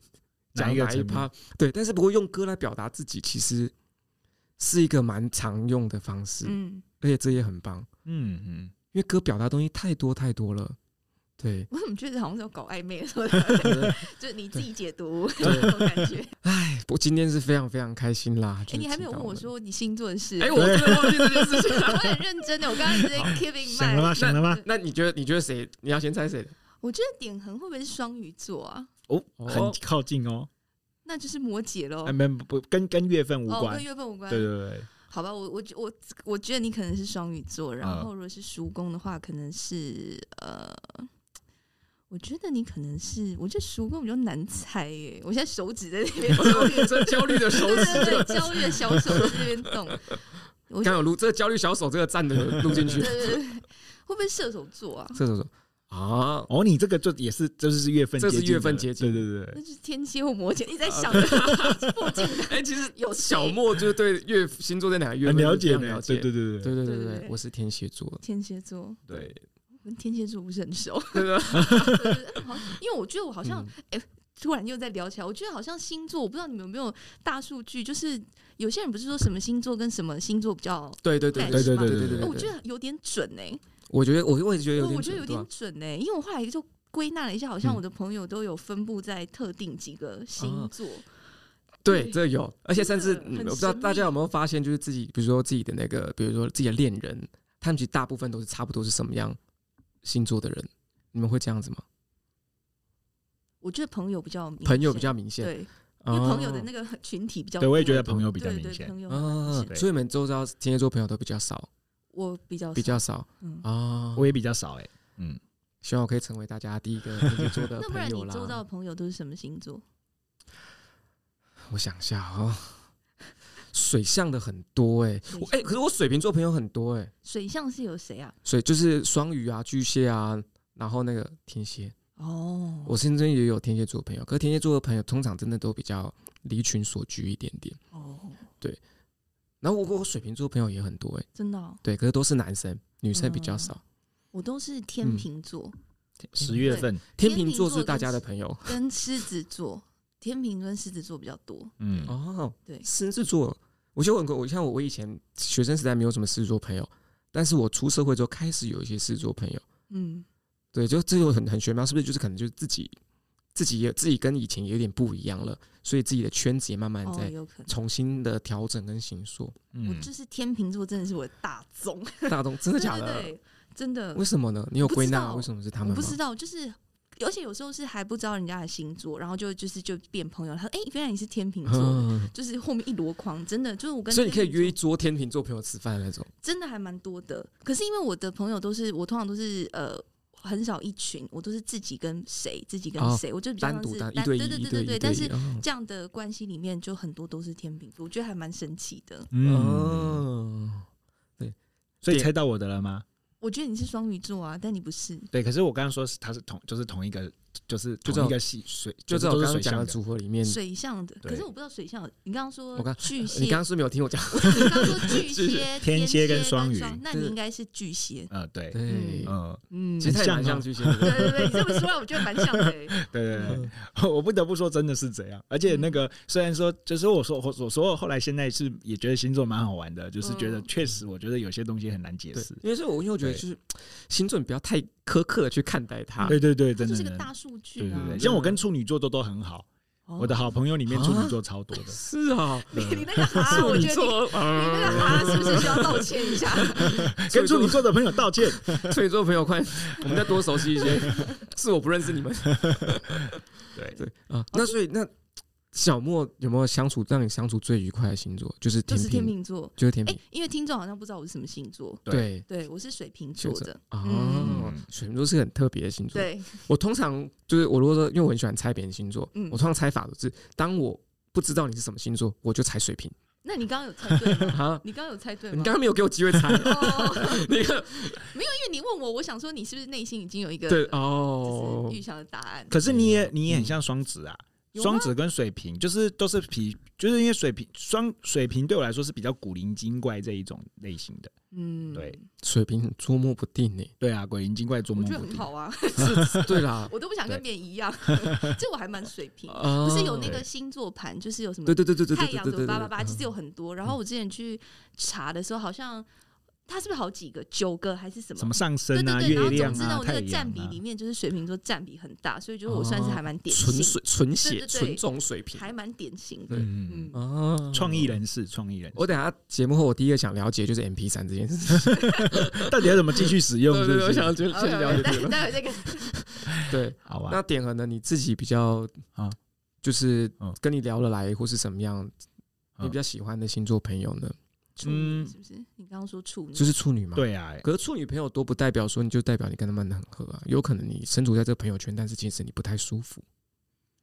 Speaker 1: 讲
Speaker 2: 一个
Speaker 1: 哪一
Speaker 2: 层面
Speaker 1: 趴，对，但是不过用歌来表达自己其实是一个蛮常用的方式，
Speaker 3: 嗯，
Speaker 1: 而且这也很棒，
Speaker 2: 嗯嗯，
Speaker 1: 因为歌表达的东西太多太多了，对，
Speaker 3: 我怎么觉得好像是有搞暧 昧什么的，就是你自己解读那种感觉。
Speaker 1: 哎，我今天是非常非常开心啦。就
Speaker 3: 哎，
Speaker 1: 是
Speaker 3: 你还没有
Speaker 1: 请
Speaker 3: 问
Speaker 1: 到
Speaker 3: 我
Speaker 1: 们，
Speaker 3: 说你星座的事，
Speaker 1: 哎，我真的忘记这件事情。
Speaker 3: 我很认真的，我刚刚一直在 keeping
Speaker 2: 想了吗
Speaker 3: mind。
Speaker 2: 想了吗
Speaker 1: 那你觉得你觉得谁？你要先猜谁的？
Speaker 3: 我觉得点恒会不会是双鱼座啊？
Speaker 2: 哦，
Speaker 1: 哦
Speaker 2: 很靠近哦，
Speaker 3: 那就是摩羯喽
Speaker 2: 哎，。没不跟跟月份无
Speaker 3: 哦，
Speaker 2: 关
Speaker 3: 跟，月份无关。
Speaker 2: 对对对，
Speaker 3: 好吧，我我觉我我觉得你可能是双鱼座，然
Speaker 2: 啊
Speaker 3: 后如果是叔公的话，可能是呃，我觉得你可能是，我觉得叔公比较难猜耶。我现在手指在那 边焦虑，
Speaker 1: 这焦虑的手
Speaker 3: 对
Speaker 1: 指，
Speaker 3: 对对，焦虑的小手在那边动。
Speaker 1: 刚有录这个焦虑小手这个站的录进去
Speaker 3: 对。对对，会不会射手座啊？
Speaker 1: 射手座啊，
Speaker 2: 哦，你这个就也是，就是是月份
Speaker 1: 这
Speaker 2: 接近的，
Speaker 1: 是月份接近
Speaker 2: 对对对
Speaker 3: 那就是天蝎或摩羯，你在想着附近的。
Speaker 1: 哎，其实
Speaker 3: 有
Speaker 1: 啊小
Speaker 3: 谁
Speaker 1: 莫就对月星座在哪个月
Speaker 2: 对，很
Speaker 1: 份
Speaker 2: 了
Speaker 1: 非
Speaker 2: 解
Speaker 1: 常
Speaker 2: 呢
Speaker 1: 了，
Speaker 2: 对
Speaker 1: 解，
Speaker 2: 对对对
Speaker 1: 对对
Speaker 3: 对
Speaker 1: 对
Speaker 3: 对
Speaker 1: 对，
Speaker 3: 对
Speaker 1: 我是天蝎座，
Speaker 3: 天蝎座
Speaker 2: 对，
Speaker 3: 跟天蝎座不是很 熟，
Speaker 1: 对对
Speaker 3: 对好像因为我觉得我好像
Speaker 1: 嗯
Speaker 3: 突然又在聊起来，我觉得好像星座，我不知道你们有没有大数据，就是有些人不是说什么星座跟什么星座比较，
Speaker 1: 对对对
Speaker 3: 对
Speaker 1: 对
Speaker 3: 对
Speaker 1: 对
Speaker 3: 对
Speaker 1: 对
Speaker 2: 对
Speaker 1: 对
Speaker 2: 对
Speaker 3: 哎
Speaker 1: 对。
Speaker 3: 我觉得有点准哎、
Speaker 1: 我觉得我我也觉得有点
Speaker 3: 我觉得
Speaker 1: 准
Speaker 3: 有
Speaker 1: 对
Speaker 3: 点
Speaker 1: 吧
Speaker 3: 准哎、因为我后来就归纳了一下，好像
Speaker 1: 嗯
Speaker 3: 我的朋友都有分布在特定几个星座，
Speaker 1: 啊对，
Speaker 3: 对
Speaker 1: 这有，而且甚至嗯我
Speaker 3: 嗯真的很
Speaker 1: 不知道
Speaker 3: 神
Speaker 1: 大家有
Speaker 3: 秘
Speaker 1: 没有发现，就是自己，比如说自己的那个，比如说自己的恋人，他们其实大部分都是差不多是什么样星座的人，你们会这样子吗？
Speaker 3: 我觉得朋友比较明显
Speaker 1: 朋友比较明显，
Speaker 3: 对，因为朋友的
Speaker 1: 哦
Speaker 3: 那个群体比较多，
Speaker 2: 对，我也觉得朋友比较
Speaker 3: 对
Speaker 2: 明
Speaker 3: 对
Speaker 2: 显，
Speaker 3: 朋友很明
Speaker 1: 啊
Speaker 3: 显，
Speaker 2: 对
Speaker 1: 所以你们周遭天蝎座朋友都比较少，
Speaker 3: 我比较
Speaker 1: 比较少
Speaker 3: 嗯。
Speaker 1: 啊。
Speaker 2: 我也比较少哎，
Speaker 1: 希望我可以成为大家第一个天蝎座的
Speaker 3: 那不
Speaker 1: 呃朋
Speaker 3: 然你
Speaker 1: 友
Speaker 3: 周遭的
Speaker 1: 啦。
Speaker 3: 朋友都是什么星座？
Speaker 1: 我想一下哦，水象的很多哎、
Speaker 3: 水
Speaker 1: 我哎、可是我水瓶座朋友很多哎、
Speaker 3: 水象是有谁啊？
Speaker 1: 所以就是双鱼啊、巨蟹啊，然后那个天蝎，
Speaker 3: 哦，
Speaker 1: 我身边也有天蝎座的朋友，可是天蝎座的朋友通常真的都比较离群索居一点点。
Speaker 3: 哦，
Speaker 1: 然后我我水瓶座朋友也很多哎、欸，
Speaker 3: 真的哦、
Speaker 1: 对，可是都是男生，女生比较少。
Speaker 3: 我都是
Speaker 1: 嗯
Speaker 3: 天秤座、
Speaker 2: 十月份，
Speaker 1: 天
Speaker 3: 天
Speaker 1: 秤
Speaker 3: 秤
Speaker 1: 座
Speaker 3: 座
Speaker 1: 是大家的朋友
Speaker 3: 跟狮子座，天秤跟狮子座比较多。
Speaker 2: 嗯，
Speaker 1: 哦，
Speaker 3: 对
Speaker 1: 狮子座，我就问过，我像我我以前学生时代没有什么狮子座朋友，但是我出社会之后开始有一些狮子座朋友，
Speaker 3: 嗯，
Speaker 1: 对，就这就很很玄妙，是不是？就是可能就是自己自己也自己跟以前也有点不一样了，所以自己的圈子也慢慢
Speaker 3: 哦，
Speaker 1: 在
Speaker 3: 有可能。
Speaker 1: 重新的调整跟形塑。
Speaker 3: 我
Speaker 2: 嗯，
Speaker 3: 就是天秤座，真的是我的大宗，
Speaker 1: 大东， 真的假的？
Speaker 3: 对对对，真的
Speaker 1: 为，什么呢？你有
Speaker 3: 呃我不
Speaker 1: 归
Speaker 3: 知
Speaker 1: 纳
Speaker 3: 道
Speaker 1: 为什么是他
Speaker 3: 我
Speaker 1: 们吗？
Speaker 3: 不知道，就是。而且有时候是还不知道人家的星座，然后就就是就变朋友。他说：“哎、原来你是天秤 座，
Speaker 1: 嗯
Speaker 3: 就是后面一箩筐，真的就是我跟
Speaker 1: 所以你可以
Speaker 3: 天秤座
Speaker 1: 约一桌天秤座朋友吃饭的那种。
Speaker 3: 真的还蛮多的。可是因为我的朋友都是我通常都是呃很少一群，我都是自己跟谁自己跟
Speaker 1: 哦
Speaker 3: 谁，我就比较
Speaker 1: 单
Speaker 3: 像
Speaker 1: 独
Speaker 3: 是
Speaker 1: 单一
Speaker 3: 单
Speaker 1: 对一
Speaker 3: 对对
Speaker 1: 一对
Speaker 3: 对对
Speaker 1: 一对
Speaker 3: 对。
Speaker 1: 一，
Speaker 3: 但是
Speaker 1: 哦
Speaker 3: 这样的关系里面就很多都是天秤座，我觉得还蛮神奇的。
Speaker 2: 嗯，
Speaker 1: 哦，
Speaker 2: 所以猜到我的了吗？
Speaker 3: 我觉得你是双鱼座啊，但你不是。
Speaker 2: 对，可是我刚刚说是他是同，就是同一个，就是
Speaker 1: 就这
Speaker 2: 同
Speaker 1: 种
Speaker 2: 一个系水，
Speaker 1: 就在
Speaker 2: 是
Speaker 1: 我
Speaker 2: 都
Speaker 1: 刚
Speaker 2: 是
Speaker 1: 刚
Speaker 2: 水
Speaker 1: 讲的
Speaker 2: 象
Speaker 1: 组合里面，
Speaker 3: 水象的，
Speaker 2: 对
Speaker 3: 可是我不知道水象。你刚刚说
Speaker 1: 我刚
Speaker 3: 巨蟹，
Speaker 1: 你刚刚是没有听我讲。
Speaker 3: 我你刚刚说巨
Speaker 1: 巨
Speaker 3: 蟹、
Speaker 2: 天蝎
Speaker 3: 蝎
Speaker 2: 跟双
Speaker 3: 双
Speaker 2: 鱼
Speaker 3: 那
Speaker 1: 对
Speaker 3: 你应该是巨 蟹。
Speaker 2: 呃，对，
Speaker 1: 对，
Speaker 2: 嗯，
Speaker 3: 嗯，
Speaker 1: 其实他
Speaker 3: 对
Speaker 1: 也蛮
Speaker 2: 很像
Speaker 1: 像
Speaker 2: 哦
Speaker 1: 巨蟹座 的。
Speaker 3: 对对，你这么说来，我觉得蛮像的欸。
Speaker 2: 对对对， 我不得不说，真的是这样。而
Speaker 3: 嗯
Speaker 2: 且那个，虽然说，就是我说我所说，后来现在是也觉得星座蛮好玩的，就是觉得
Speaker 3: 嗯
Speaker 2: 确实，我觉得有些东西很难解
Speaker 1: 对
Speaker 2: 释，。
Speaker 1: 因为是我，因为我觉得
Speaker 2: 对
Speaker 1: 就是星座，你不要太苛刻的去看待它。
Speaker 2: 对对对，
Speaker 3: 它
Speaker 2: 真
Speaker 3: 就
Speaker 2: 的
Speaker 3: 是个
Speaker 2: 真的
Speaker 3: 大数
Speaker 2: 对
Speaker 3: 据啊
Speaker 2: 对。对，
Speaker 1: 真
Speaker 2: 像
Speaker 1: 的
Speaker 2: 我跟处女座都都很好，
Speaker 3: 哦啊
Speaker 2: 我的好朋友里面处女座超多 的。
Speaker 1: 是啊，
Speaker 3: 你你那个哈，
Speaker 1: 处
Speaker 3: 我
Speaker 1: 女
Speaker 3: 觉得你
Speaker 1: 座，
Speaker 3: 你那个 哈是不是需要道歉一下？
Speaker 1: 嗯
Speaker 2: 跟处女座的朋友道歉，
Speaker 1: 处女座朋友，快，我们再多熟悉一些。是我不认识你们。
Speaker 2: 对，
Speaker 1: 对啊，那所以那小莫有没有相处让你相处最愉快的星座？就是
Speaker 3: 就
Speaker 1: 天
Speaker 3: 是天
Speaker 1: 平，
Speaker 3: 秤座。
Speaker 1: 就是天
Speaker 3: 哎、
Speaker 1: 平。
Speaker 3: 因为听众好像不知道我是什么星座，
Speaker 2: 对
Speaker 1: 对，
Speaker 3: 对我是水瓶座
Speaker 1: 水
Speaker 3: 的。
Speaker 1: 哦
Speaker 2: 嗯，
Speaker 1: 水瓶座是个很特别的星座。
Speaker 3: 对，
Speaker 1: 我通常就是我如果说，因为我很喜欢猜别人星座，
Speaker 3: 嗯
Speaker 1: 我通常猜法都是，当我不知道你是什么星座，我就猜水瓶。
Speaker 3: 那你刚刚有猜对吗？
Speaker 1: 啊，
Speaker 3: 你刚刚有猜对吗？
Speaker 1: 你刚刚没有给我机会 猜，
Speaker 3: 哦，
Speaker 1: 你看，
Speaker 3: 因为你问我，我想说你是不是内心已经有一个呃
Speaker 1: 对
Speaker 3: 就
Speaker 1: 哦
Speaker 3: 是，预想的答案？
Speaker 2: 可是你也你也很
Speaker 1: 嗯
Speaker 2: 像双子啊，
Speaker 3: 有
Speaker 2: 双
Speaker 3: 吗
Speaker 2: 子跟水瓶就是都是皮，就是因为水瓶双水瓶对我来说是比较古灵精怪这一种类型的。
Speaker 3: 嗯，
Speaker 2: 对，
Speaker 1: 水平很捉摸不定 呢。
Speaker 2: 对啊，鬼灵精怪捉
Speaker 3: 我
Speaker 2: 摸
Speaker 3: 觉得
Speaker 2: 不
Speaker 3: 很
Speaker 2: 定。
Speaker 3: 好啊，
Speaker 1: 是，对啦，
Speaker 3: 我都不想跟别 人一样，这我还蛮水平的。
Speaker 1: 啊
Speaker 3: 不是有那个
Speaker 2: 对
Speaker 3: 星座盘，就是有什么
Speaker 1: 对对对对对
Speaker 3: 太
Speaker 1: 对对
Speaker 3: 阳
Speaker 1: 对
Speaker 3: 怎
Speaker 1: 对，
Speaker 3: 么八八八，
Speaker 1: 对嗯
Speaker 3: 其实有很多。然后我之前去查的时候，好像它是不是好几个，九个还是什么？
Speaker 2: 什么上升
Speaker 3: 对对
Speaker 2: 啊、
Speaker 3: 对，然
Speaker 2: 月
Speaker 3: 后总
Speaker 2: 亮
Speaker 3: 之呢，
Speaker 2: 啊、
Speaker 3: 我那
Speaker 2: 太
Speaker 3: 个
Speaker 2: 阳
Speaker 3: 占比
Speaker 2: 啊哦
Speaker 3: 里，面，就是水瓶座占比很大，所以觉得我算是还蛮典
Speaker 1: 纯
Speaker 3: 型，
Speaker 1: 水纯血
Speaker 3: 对对对
Speaker 1: 纯种水平
Speaker 3: 还蛮典型的。
Speaker 2: 嗯，
Speaker 3: 嗯，
Speaker 1: 啊，
Speaker 2: 创意。人士，创意人士，
Speaker 1: 我等下节目后，我第一个想了解就是 MP 三这件事 情。
Speaker 2: 到底要怎么继续使用？
Speaker 1: 对
Speaker 2: 是
Speaker 1: 对
Speaker 2: 不
Speaker 1: 对，
Speaker 2: 是
Speaker 1: 我想要就
Speaker 3: 好
Speaker 1: 先了解
Speaker 3: 待
Speaker 1: 这个。
Speaker 3: 待会再 跟
Speaker 1: 对，
Speaker 2: 好吧
Speaker 1: 那，点恒呢？你自己比较
Speaker 2: 啊
Speaker 1: 就是
Speaker 2: 嗯
Speaker 1: 跟你聊得来，或是怎么样？你
Speaker 2: 嗯
Speaker 1: 比较喜欢的星座朋友呢？
Speaker 3: 处女
Speaker 2: 嗯
Speaker 3: 是不是？你刚刚说处女
Speaker 1: 就，是处女嘛。。
Speaker 2: 对啊，
Speaker 1: 可是处女朋友多，不代表说你就代表你跟他们很合啊。有可能你身处在这个朋友圈，但是其实你不太舒服。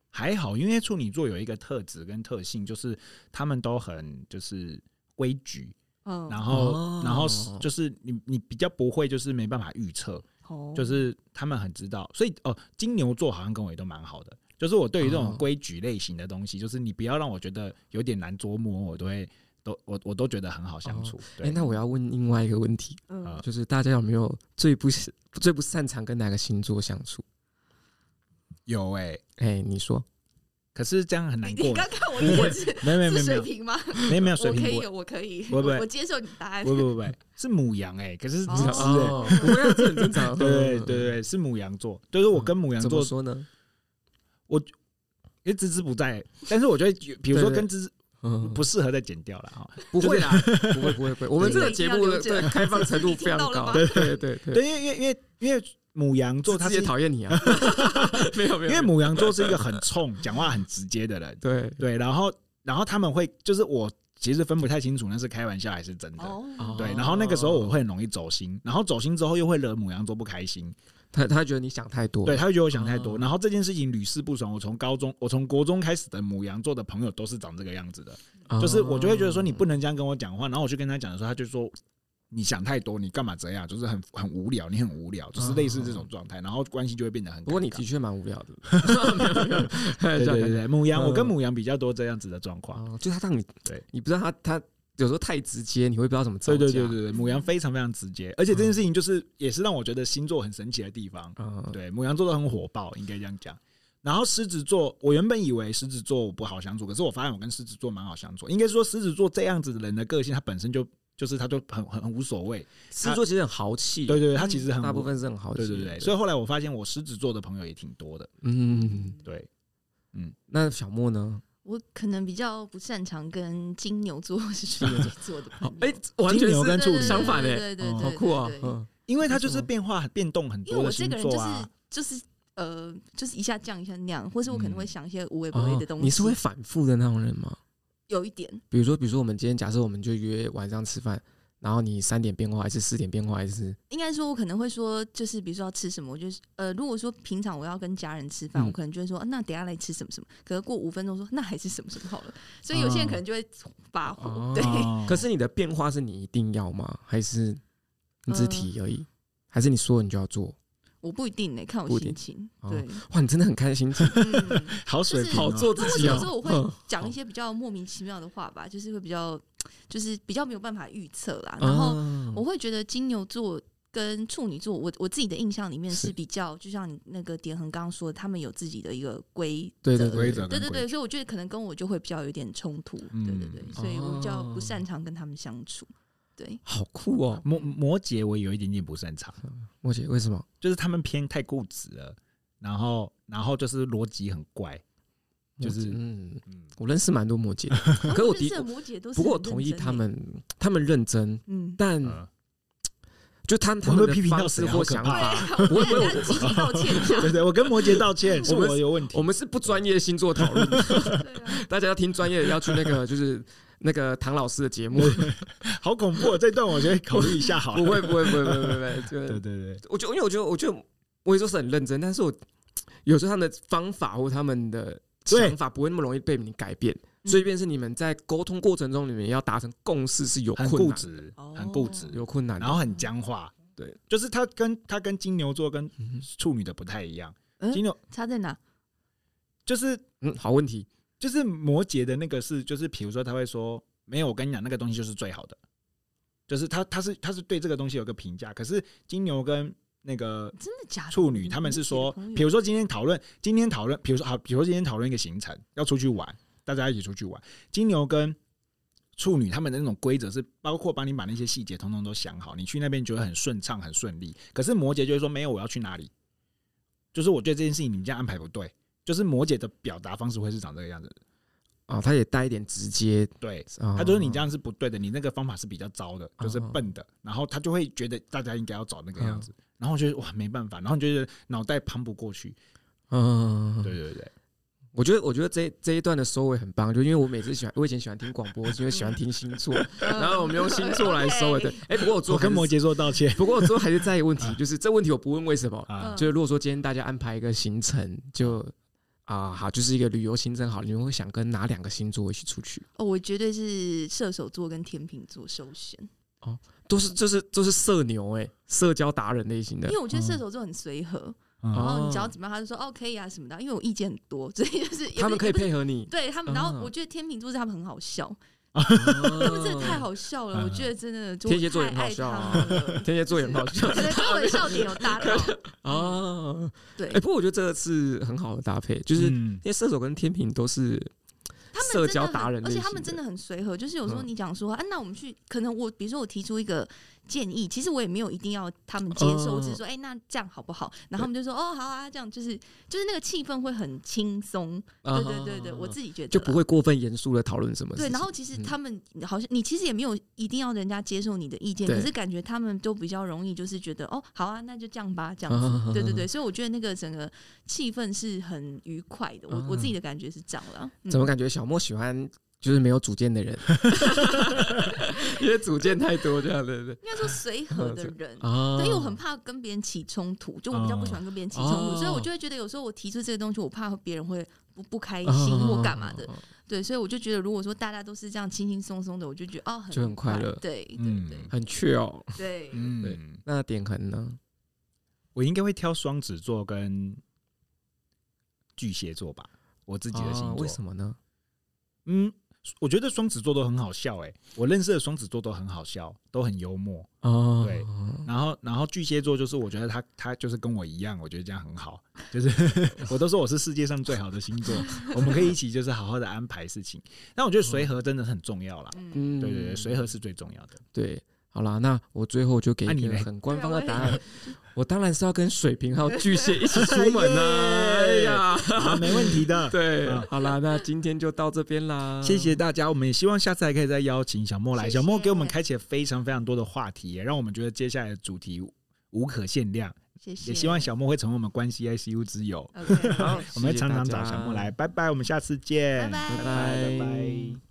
Speaker 2: 还好，因为处女座有一个特质跟特性，就是他们都很就是规矩，
Speaker 3: 嗯，
Speaker 2: 然后、
Speaker 1: 哦
Speaker 2: 然后是就是你你比较不会就是没办法预测，
Speaker 3: 哦
Speaker 2: 就是他们很知道，所以哦，金牛座好像跟我也都蛮好的，就是我对于这
Speaker 1: 哦
Speaker 2: 种规矩类型的东西，就是你不要让我觉得有点难捉摸，我都会都我我都觉得很好相处。
Speaker 1: 哎、
Speaker 2: 对，
Speaker 1: 那我要问另外一个问题，
Speaker 3: 嗯
Speaker 2: 啊
Speaker 1: 就是大家有没有最不喜最不擅长跟哪个星座相处？
Speaker 2: 有哎、
Speaker 1: 哎、你说
Speaker 2: 可是这样很难
Speaker 3: 你
Speaker 2: 过
Speaker 3: 你，刚 看我一眼是
Speaker 2: 没有没有
Speaker 3: 是
Speaker 2: 没有没
Speaker 3: 水
Speaker 2: 有
Speaker 3: 瓶吗？
Speaker 2: 没有没有
Speaker 3: 我
Speaker 2: 水
Speaker 3: 可
Speaker 2: 瓶
Speaker 3: 以
Speaker 2: 不
Speaker 3: 有，我可以，
Speaker 2: 不不
Speaker 3: 我我接受你的答案
Speaker 2: 不。不不不是母羊哎、可是
Speaker 3: 哦
Speaker 2: 是哎、
Speaker 1: 哦，不会啊，这很正常。
Speaker 2: 对对对，是母羊座，就是我跟母羊
Speaker 1: 嗯怎
Speaker 2: 座
Speaker 1: 么说呢？
Speaker 2: 因为芝芝不在，但是我觉 得有，比如说
Speaker 1: 对对
Speaker 2: 跟芝芝
Speaker 1: 嗯，
Speaker 2: 不适合再剪掉了哈。
Speaker 1: 不会啦，不会不会不会，我们这个节目的对开放程度非 常高，对对对对，
Speaker 2: 对，因为因为因为因为母羊座他
Speaker 1: 自
Speaker 2: 是
Speaker 1: 己讨厌你啊， 没有没
Speaker 2: 因
Speaker 1: 有，
Speaker 2: 为母羊座是一个很冲、讲话很直接的人，
Speaker 1: 对
Speaker 2: 对，然后然后他们会就是我其实分不太清楚那是开玩笑还是真的。
Speaker 3: 哦，
Speaker 2: 对，然后那个时候我会很容易走心，然后走心之后又会惹母羊座不开心，
Speaker 1: 他他觉得你想太多，
Speaker 2: 对，他会觉得我想太多，
Speaker 1: 哦
Speaker 2: 然后这件事情屡试不爽。我从高中，我从国中开始的母羊座的朋友都是长这个样子的，
Speaker 1: 哦
Speaker 2: 就是我就会觉得说你不能这样跟我讲话，然后我去跟他讲的时候，他就说你想太多，你干嘛这样？就是很很无聊，你很无聊，就是类似这种状态，然后关系就会变得很
Speaker 1: 哦
Speaker 2: 尴尬。
Speaker 1: 不过你的确蛮无聊 的，
Speaker 2: 对对对对，母羊，
Speaker 1: 嗯
Speaker 2: 我跟母羊比较多这样子的状况。
Speaker 1: 哦，就他让你，你不知道他他有时候太直接，你会不知道怎么
Speaker 2: 对
Speaker 1: 吵架。
Speaker 2: 对对对对，母羊非常非常直接，而且这件事情就是也是让我觉得星座很神奇的地方。
Speaker 1: 嗯，
Speaker 2: 对，母羊座都很火爆，应该这样讲。然后狮子座，我原本以为狮子座我不好相处，可是我发现我跟狮子座蛮好相处。应该说狮子座这样子的人的个性，他本身就就是他就很很很无所谓。
Speaker 1: 狮子座其实很豪气，
Speaker 2: 对对对，他其实
Speaker 1: 嗯
Speaker 2: 很
Speaker 1: 大
Speaker 2: 无
Speaker 1: 部分是很豪气
Speaker 2: 对
Speaker 1: 的，
Speaker 2: 对对，所以后来我发现我狮子座的朋友也挺多的。
Speaker 1: 嗯，
Speaker 2: 对，
Speaker 1: 那小莫呢？，
Speaker 3: 我可能比较不擅长跟金牛座 或是处女座的朋友
Speaker 1: 哎，完全
Speaker 2: 金牛
Speaker 1: 是
Speaker 2: 跟处女
Speaker 1: 相反哎，
Speaker 3: 对对对对
Speaker 2: 哦
Speaker 3: 对
Speaker 1: 好
Speaker 3: 对
Speaker 1: 酷啊
Speaker 3: 对！
Speaker 1: 嗯，
Speaker 2: 因为他就是变化变动很
Speaker 3: 因为
Speaker 2: 多
Speaker 3: 我
Speaker 2: 的
Speaker 3: 这
Speaker 2: 星
Speaker 3: 个人
Speaker 2: 座
Speaker 3: 就是
Speaker 2: 啊。
Speaker 3: 就是呃，就是一下降一下那样，或是我可能会想一些无微不微的东西。
Speaker 1: 嗯哦你是会反复的那种人吗？
Speaker 3: 有一点，
Speaker 1: 比如说，比如说我们今天假设我们就约晚上吃饭，然后你三点变化还是四点变化还是
Speaker 3: 应该说，我可能会说，就是比如说要吃什么，我就是呃，如果说平常我要跟家人吃饭，
Speaker 1: 嗯
Speaker 3: 我可能就会说，啊那等一下来吃什么什么。可是过五分钟说，那还是什么什么好了。所以有些人可能就会发火，
Speaker 1: 哦
Speaker 3: 对，
Speaker 2: 哦
Speaker 1: 可是你的变化是你一定要吗？还是你只
Speaker 3: 呃
Speaker 1: 提而已？还是你说了你就要做？
Speaker 3: 我不一定呢、看
Speaker 1: 不
Speaker 3: 我
Speaker 1: 一定
Speaker 3: 心情。
Speaker 1: 哦
Speaker 3: 对，
Speaker 1: 哇，你真的很开心，真的
Speaker 3: 嗯，
Speaker 2: 好水平哦，
Speaker 3: 就是
Speaker 1: 好做
Speaker 3: 如
Speaker 1: 自
Speaker 3: 果
Speaker 1: 己
Speaker 3: 有
Speaker 1: 哦。
Speaker 3: 时候我会
Speaker 1: 嗯
Speaker 3: 讲一些比较莫名其妙的话吧，就是会比较，就是比较没有办法预测啦。然后
Speaker 1: 啊
Speaker 3: 我会觉得金牛座跟处女座，我我自己的印象里面
Speaker 1: 是
Speaker 3: 是比较，就像你那个点恒刚刚说的，他们有自己的一个规
Speaker 1: 对
Speaker 3: 则
Speaker 1: 对
Speaker 2: 规则
Speaker 3: 对
Speaker 2: 跟
Speaker 3: 对
Speaker 2: 规
Speaker 3: 对，所以我觉得可能跟我就会比较有点冲突，
Speaker 2: 嗯
Speaker 3: 对对对，所以我比较
Speaker 1: 哦
Speaker 3: 不擅长跟他们相处。 对，
Speaker 1: 好酷哦，
Speaker 2: 摩摩羯我有一点点不擅长，
Speaker 1: 莫姐为什么？
Speaker 2: 就是他们偏太固执了，然后然后就是逻辑很怪，就是
Speaker 1: 摩羯嗯，
Speaker 2: 嗯，
Speaker 1: 我认识蛮多摩羯的，可是我的
Speaker 3: 认识的摩羯都是
Speaker 1: 不过我
Speaker 3: 很认
Speaker 1: 同意
Speaker 3: 真
Speaker 1: 他
Speaker 3: 欸，
Speaker 1: 们，他们认真，
Speaker 3: 嗯，
Speaker 1: 但
Speaker 2: 呃
Speaker 1: 就他们他
Speaker 2: 我会
Speaker 1: 们
Speaker 2: 不会批
Speaker 1: 的
Speaker 2: 评
Speaker 1: 方
Speaker 2: 到
Speaker 1: 式
Speaker 2: 谁
Speaker 1: 或
Speaker 2: 好可
Speaker 1: 想
Speaker 2: 怕
Speaker 1: 法，
Speaker 3: 对，啊我我积极 道歉啊这样，
Speaker 2: 对对，我跟摩羯道歉，是
Speaker 1: 我们
Speaker 2: 我有问题
Speaker 1: 我。们是不专业星座 讨论，
Speaker 3: 对啊，
Speaker 1: 大家要听专业的，要去那个就是那个唐老师的节目。
Speaker 2: 好恐怖、哦，这段我觉得考虑一下 好
Speaker 1: 不
Speaker 2: 了。
Speaker 1: 会不会不会不会不会，就
Speaker 2: 对
Speaker 1: 是
Speaker 2: 对对，
Speaker 1: 我觉得因为我觉得我觉得我也说是很认真，但是我有时候他们的方法或他们的
Speaker 2: 对
Speaker 1: 想法不会那么容易被你改变。
Speaker 3: 嗯
Speaker 1: 所以，便是你们在沟通过程中，你们要达成共识是有
Speaker 2: 很
Speaker 1: 困
Speaker 2: 固
Speaker 1: 难，
Speaker 2: 执
Speaker 3: 哦，
Speaker 2: 很固执，
Speaker 1: 有困难的。
Speaker 2: 然后很僵化。
Speaker 1: 对，
Speaker 2: 就是他跟他跟金牛座跟
Speaker 1: 嗯哼
Speaker 2: 处女的不太一样
Speaker 3: 嗯。
Speaker 2: 金牛
Speaker 3: 差在哪？
Speaker 2: 就是
Speaker 1: 嗯，好问题。
Speaker 2: 就是摩羯的那个是，就是比如说他会说，没有，我跟你讲，那个东西就是最好的，就是他他是他是对这个东西有个评价。可是金牛跟那个
Speaker 3: 真的假的？
Speaker 2: 处女，他
Speaker 3: 嗯
Speaker 2: 们是说，比如说今天讨论，今天讨论，比如说好，比如说今天讨论一个行程，要出去玩，大家一起出去玩。金牛跟处女他们的那种规则是，包括帮你把那些细节通通都想好，你去那边觉得很顺畅、很顺利。可是摩羯就会说，没有，我要去哪里，就是我觉得这件事情你们这样安排不对。就是摩羯的表达方式会是长这个样子，
Speaker 1: 啊，他也带一点直接，
Speaker 2: 对，
Speaker 1: 啊
Speaker 2: 他就说你这样是不对的，你那个方法是比较糟的，就是
Speaker 1: 哦
Speaker 2: 笨的，然后他就会觉得大家应该要找那个样子，然后我觉得哇没办法，然后你觉得脑袋攀不过去，
Speaker 1: 嗯，
Speaker 2: 对对对，
Speaker 1: 我觉得，我觉得这这一段的收尾很棒，就因为我每次喜欢，我以前喜欢听广播，是因为喜欢听星座， 然后我们用星座来收尾。 对，哎、不过我最
Speaker 2: 我
Speaker 1: 后还
Speaker 2: 跟
Speaker 1: 是
Speaker 2: 摩羯座 道歉，
Speaker 1: 不过我最后还是在意问题，就是这问题我不问为什么，
Speaker 2: 啊
Speaker 3: 嗯
Speaker 1: 就是如果说今天大家安排一个行程，就啊好，就是一个旅游行程好，你们会想跟哪两个星座一起出去？
Speaker 3: 哦，我绝对是射手座跟天秤座首选，
Speaker 1: 都是就是就是社牛哎、社交达人类型的
Speaker 3: 因为，我觉得射手座很随和，
Speaker 2: 嗯
Speaker 3: 然
Speaker 1: 啊嗯哦
Speaker 3: 后你只要怎么样，他就说哦可以啊什么的，因为我意见很多，所以就是也不是
Speaker 1: 他们可以
Speaker 3: 也不是
Speaker 1: 配合你，
Speaker 3: 对他们，然后
Speaker 1: 啊
Speaker 3: 我觉得天秤座是他们很好笑，
Speaker 1: 他
Speaker 3: 他们真的
Speaker 1: 哦
Speaker 3: 太。好笑了，
Speaker 2: 嗯
Speaker 3: 我觉得真的就
Speaker 1: 天蝎座也
Speaker 3: 太
Speaker 1: 很好
Speaker 3: 爱
Speaker 1: 笑啊。
Speaker 3: 他们了
Speaker 1: 天蝎座也很好笑
Speaker 3: 对，他们的笑点有搭到，
Speaker 1: 啊！
Speaker 3: 对
Speaker 1: 哎、，不过我觉得这个是很好的搭配，就是因
Speaker 2: 嗯
Speaker 1: 为射手跟天平都是
Speaker 3: 他们
Speaker 1: 社
Speaker 3: 真
Speaker 1: 交
Speaker 3: 的
Speaker 1: 达
Speaker 3: 很
Speaker 1: 人
Speaker 3: 而且
Speaker 1: 类
Speaker 3: 他
Speaker 1: 型
Speaker 3: 们真
Speaker 1: 的
Speaker 3: 的很随和。就是有时候
Speaker 1: 嗯
Speaker 3: 你讲说，啊，那我们去，可能我比如说我提出一个建议，其实我也没有一定要他们接受，
Speaker 1: 哦
Speaker 3: 我只是说，哎、那这样好不好？然后他们就说，哦，好啊，这样就是就是那个气氛会很轻松。
Speaker 1: 嗯
Speaker 3: 对对对对，我自己觉得
Speaker 1: 啊就不
Speaker 3: 啦。
Speaker 1: 会过分严肃的讨论什么事
Speaker 3: 对，
Speaker 1: 情
Speaker 3: 然后其实
Speaker 1: 嗯
Speaker 3: 他们好像你其实也没有一定要人家接受你的意见，
Speaker 1: 对
Speaker 3: 可是感觉他们都比较容易就是觉得哦，好啊，那就这样吧，这样
Speaker 1: 啊
Speaker 3: 子。对对对，所以我觉得那个整个气氛是很愉快的，我我自己的感觉是这样啦。嗯
Speaker 1: 嗯怎么感觉小莫喜欢就是没有主见的人，因为主见太多这样，对对对
Speaker 3: 应该说 随和的人，
Speaker 1: 啊
Speaker 3: 对，因为我很怕跟别人起冲突，就我比较不喜欢跟别人起冲突，
Speaker 1: 哦
Speaker 3: 所以我就会觉得有时候我提出这个东西，我怕别人会不不开
Speaker 1: 哦
Speaker 3: 心或干嘛的，
Speaker 1: 啊
Speaker 3: 对，所以我就觉得如果说大家都是这样轻轻松松的，我就觉得哦，很
Speaker 1: 就很快乐
Speaker 3: 对对
Speaker 2: 嗯
Speaker 3: 对
Speaker 1: 很缺哦。
Speaker 3: 对，
Speaker 1: 对
Speaker 2: 嗯，
Speaker 1: 那点恒呢？
Speaker 2: 我应该会挑双子座跟巨蟹座吧，我自己的星
Speaker 1: 啊
Speaker 2: 座
Speaker 1: 为，什么呢？
Speaker 2: 嗯，我觉得双子座都很好笑，哎，我认识的双子座都很好笑，都很幽默，
Speaker 1: 哦，
Speaker 2: 对然后，然后巨蟹座就是，我觉得他他就是跟我一样，我觉得这样很好，就是 我都说我是世界上最好的星座，我们可以一起就是好好的安排事情。但我觉得随和真的很重要啦，
Speaker 3: 嗯，
Speaker 1: 嗯
Speaker 2: 对对对，随和是最重要 的。
Speaker 1: 对。好啦，那我最后就给
Speaker 2: 那
Speaker 1: 一
Speaker 2: 你
Speaker 1: 个
Speaker 2: 嘞
Speaker 1: 很官方的
Speaker 3: 对
Speaker 1: 答
Speaker 3: 啊
Speaker 1: 案。我当然是要跟水瓶还有巨蟹一起出门啊！哎呀，
Speaker 2: 啊，没问题的，
Speaker 1: 对
Speaker 2: 啊，
Speaker 1: 好啦，那今天就到这边啦，
Speaker 2: 谢谢大家，我们也希望下次还可以再邀请小莫来。
Speaker 3: 谢谢
Speaker 2: 小莫给我们开启了非常非常多的话题，也让我们觉得接下来的主题无可限量。
Speaker 3: 谢谢，
Speaker 2: 也希望小莫会成为我们关系 ICU 之友，
Speaker 3: OK，好
Speaker 2: 我们会
Speaker 1: 谢谢
Speaker 2: 常常
Speaker 1: 大
Speaker 2: 找
Speaker 1: 家
Speaker 2: 小莫来。拜拜，我们下次见，
Speaker 3: 拜
Speaker 1: 拜
Speaker 3: 拜
Speaker 2: 拜拜。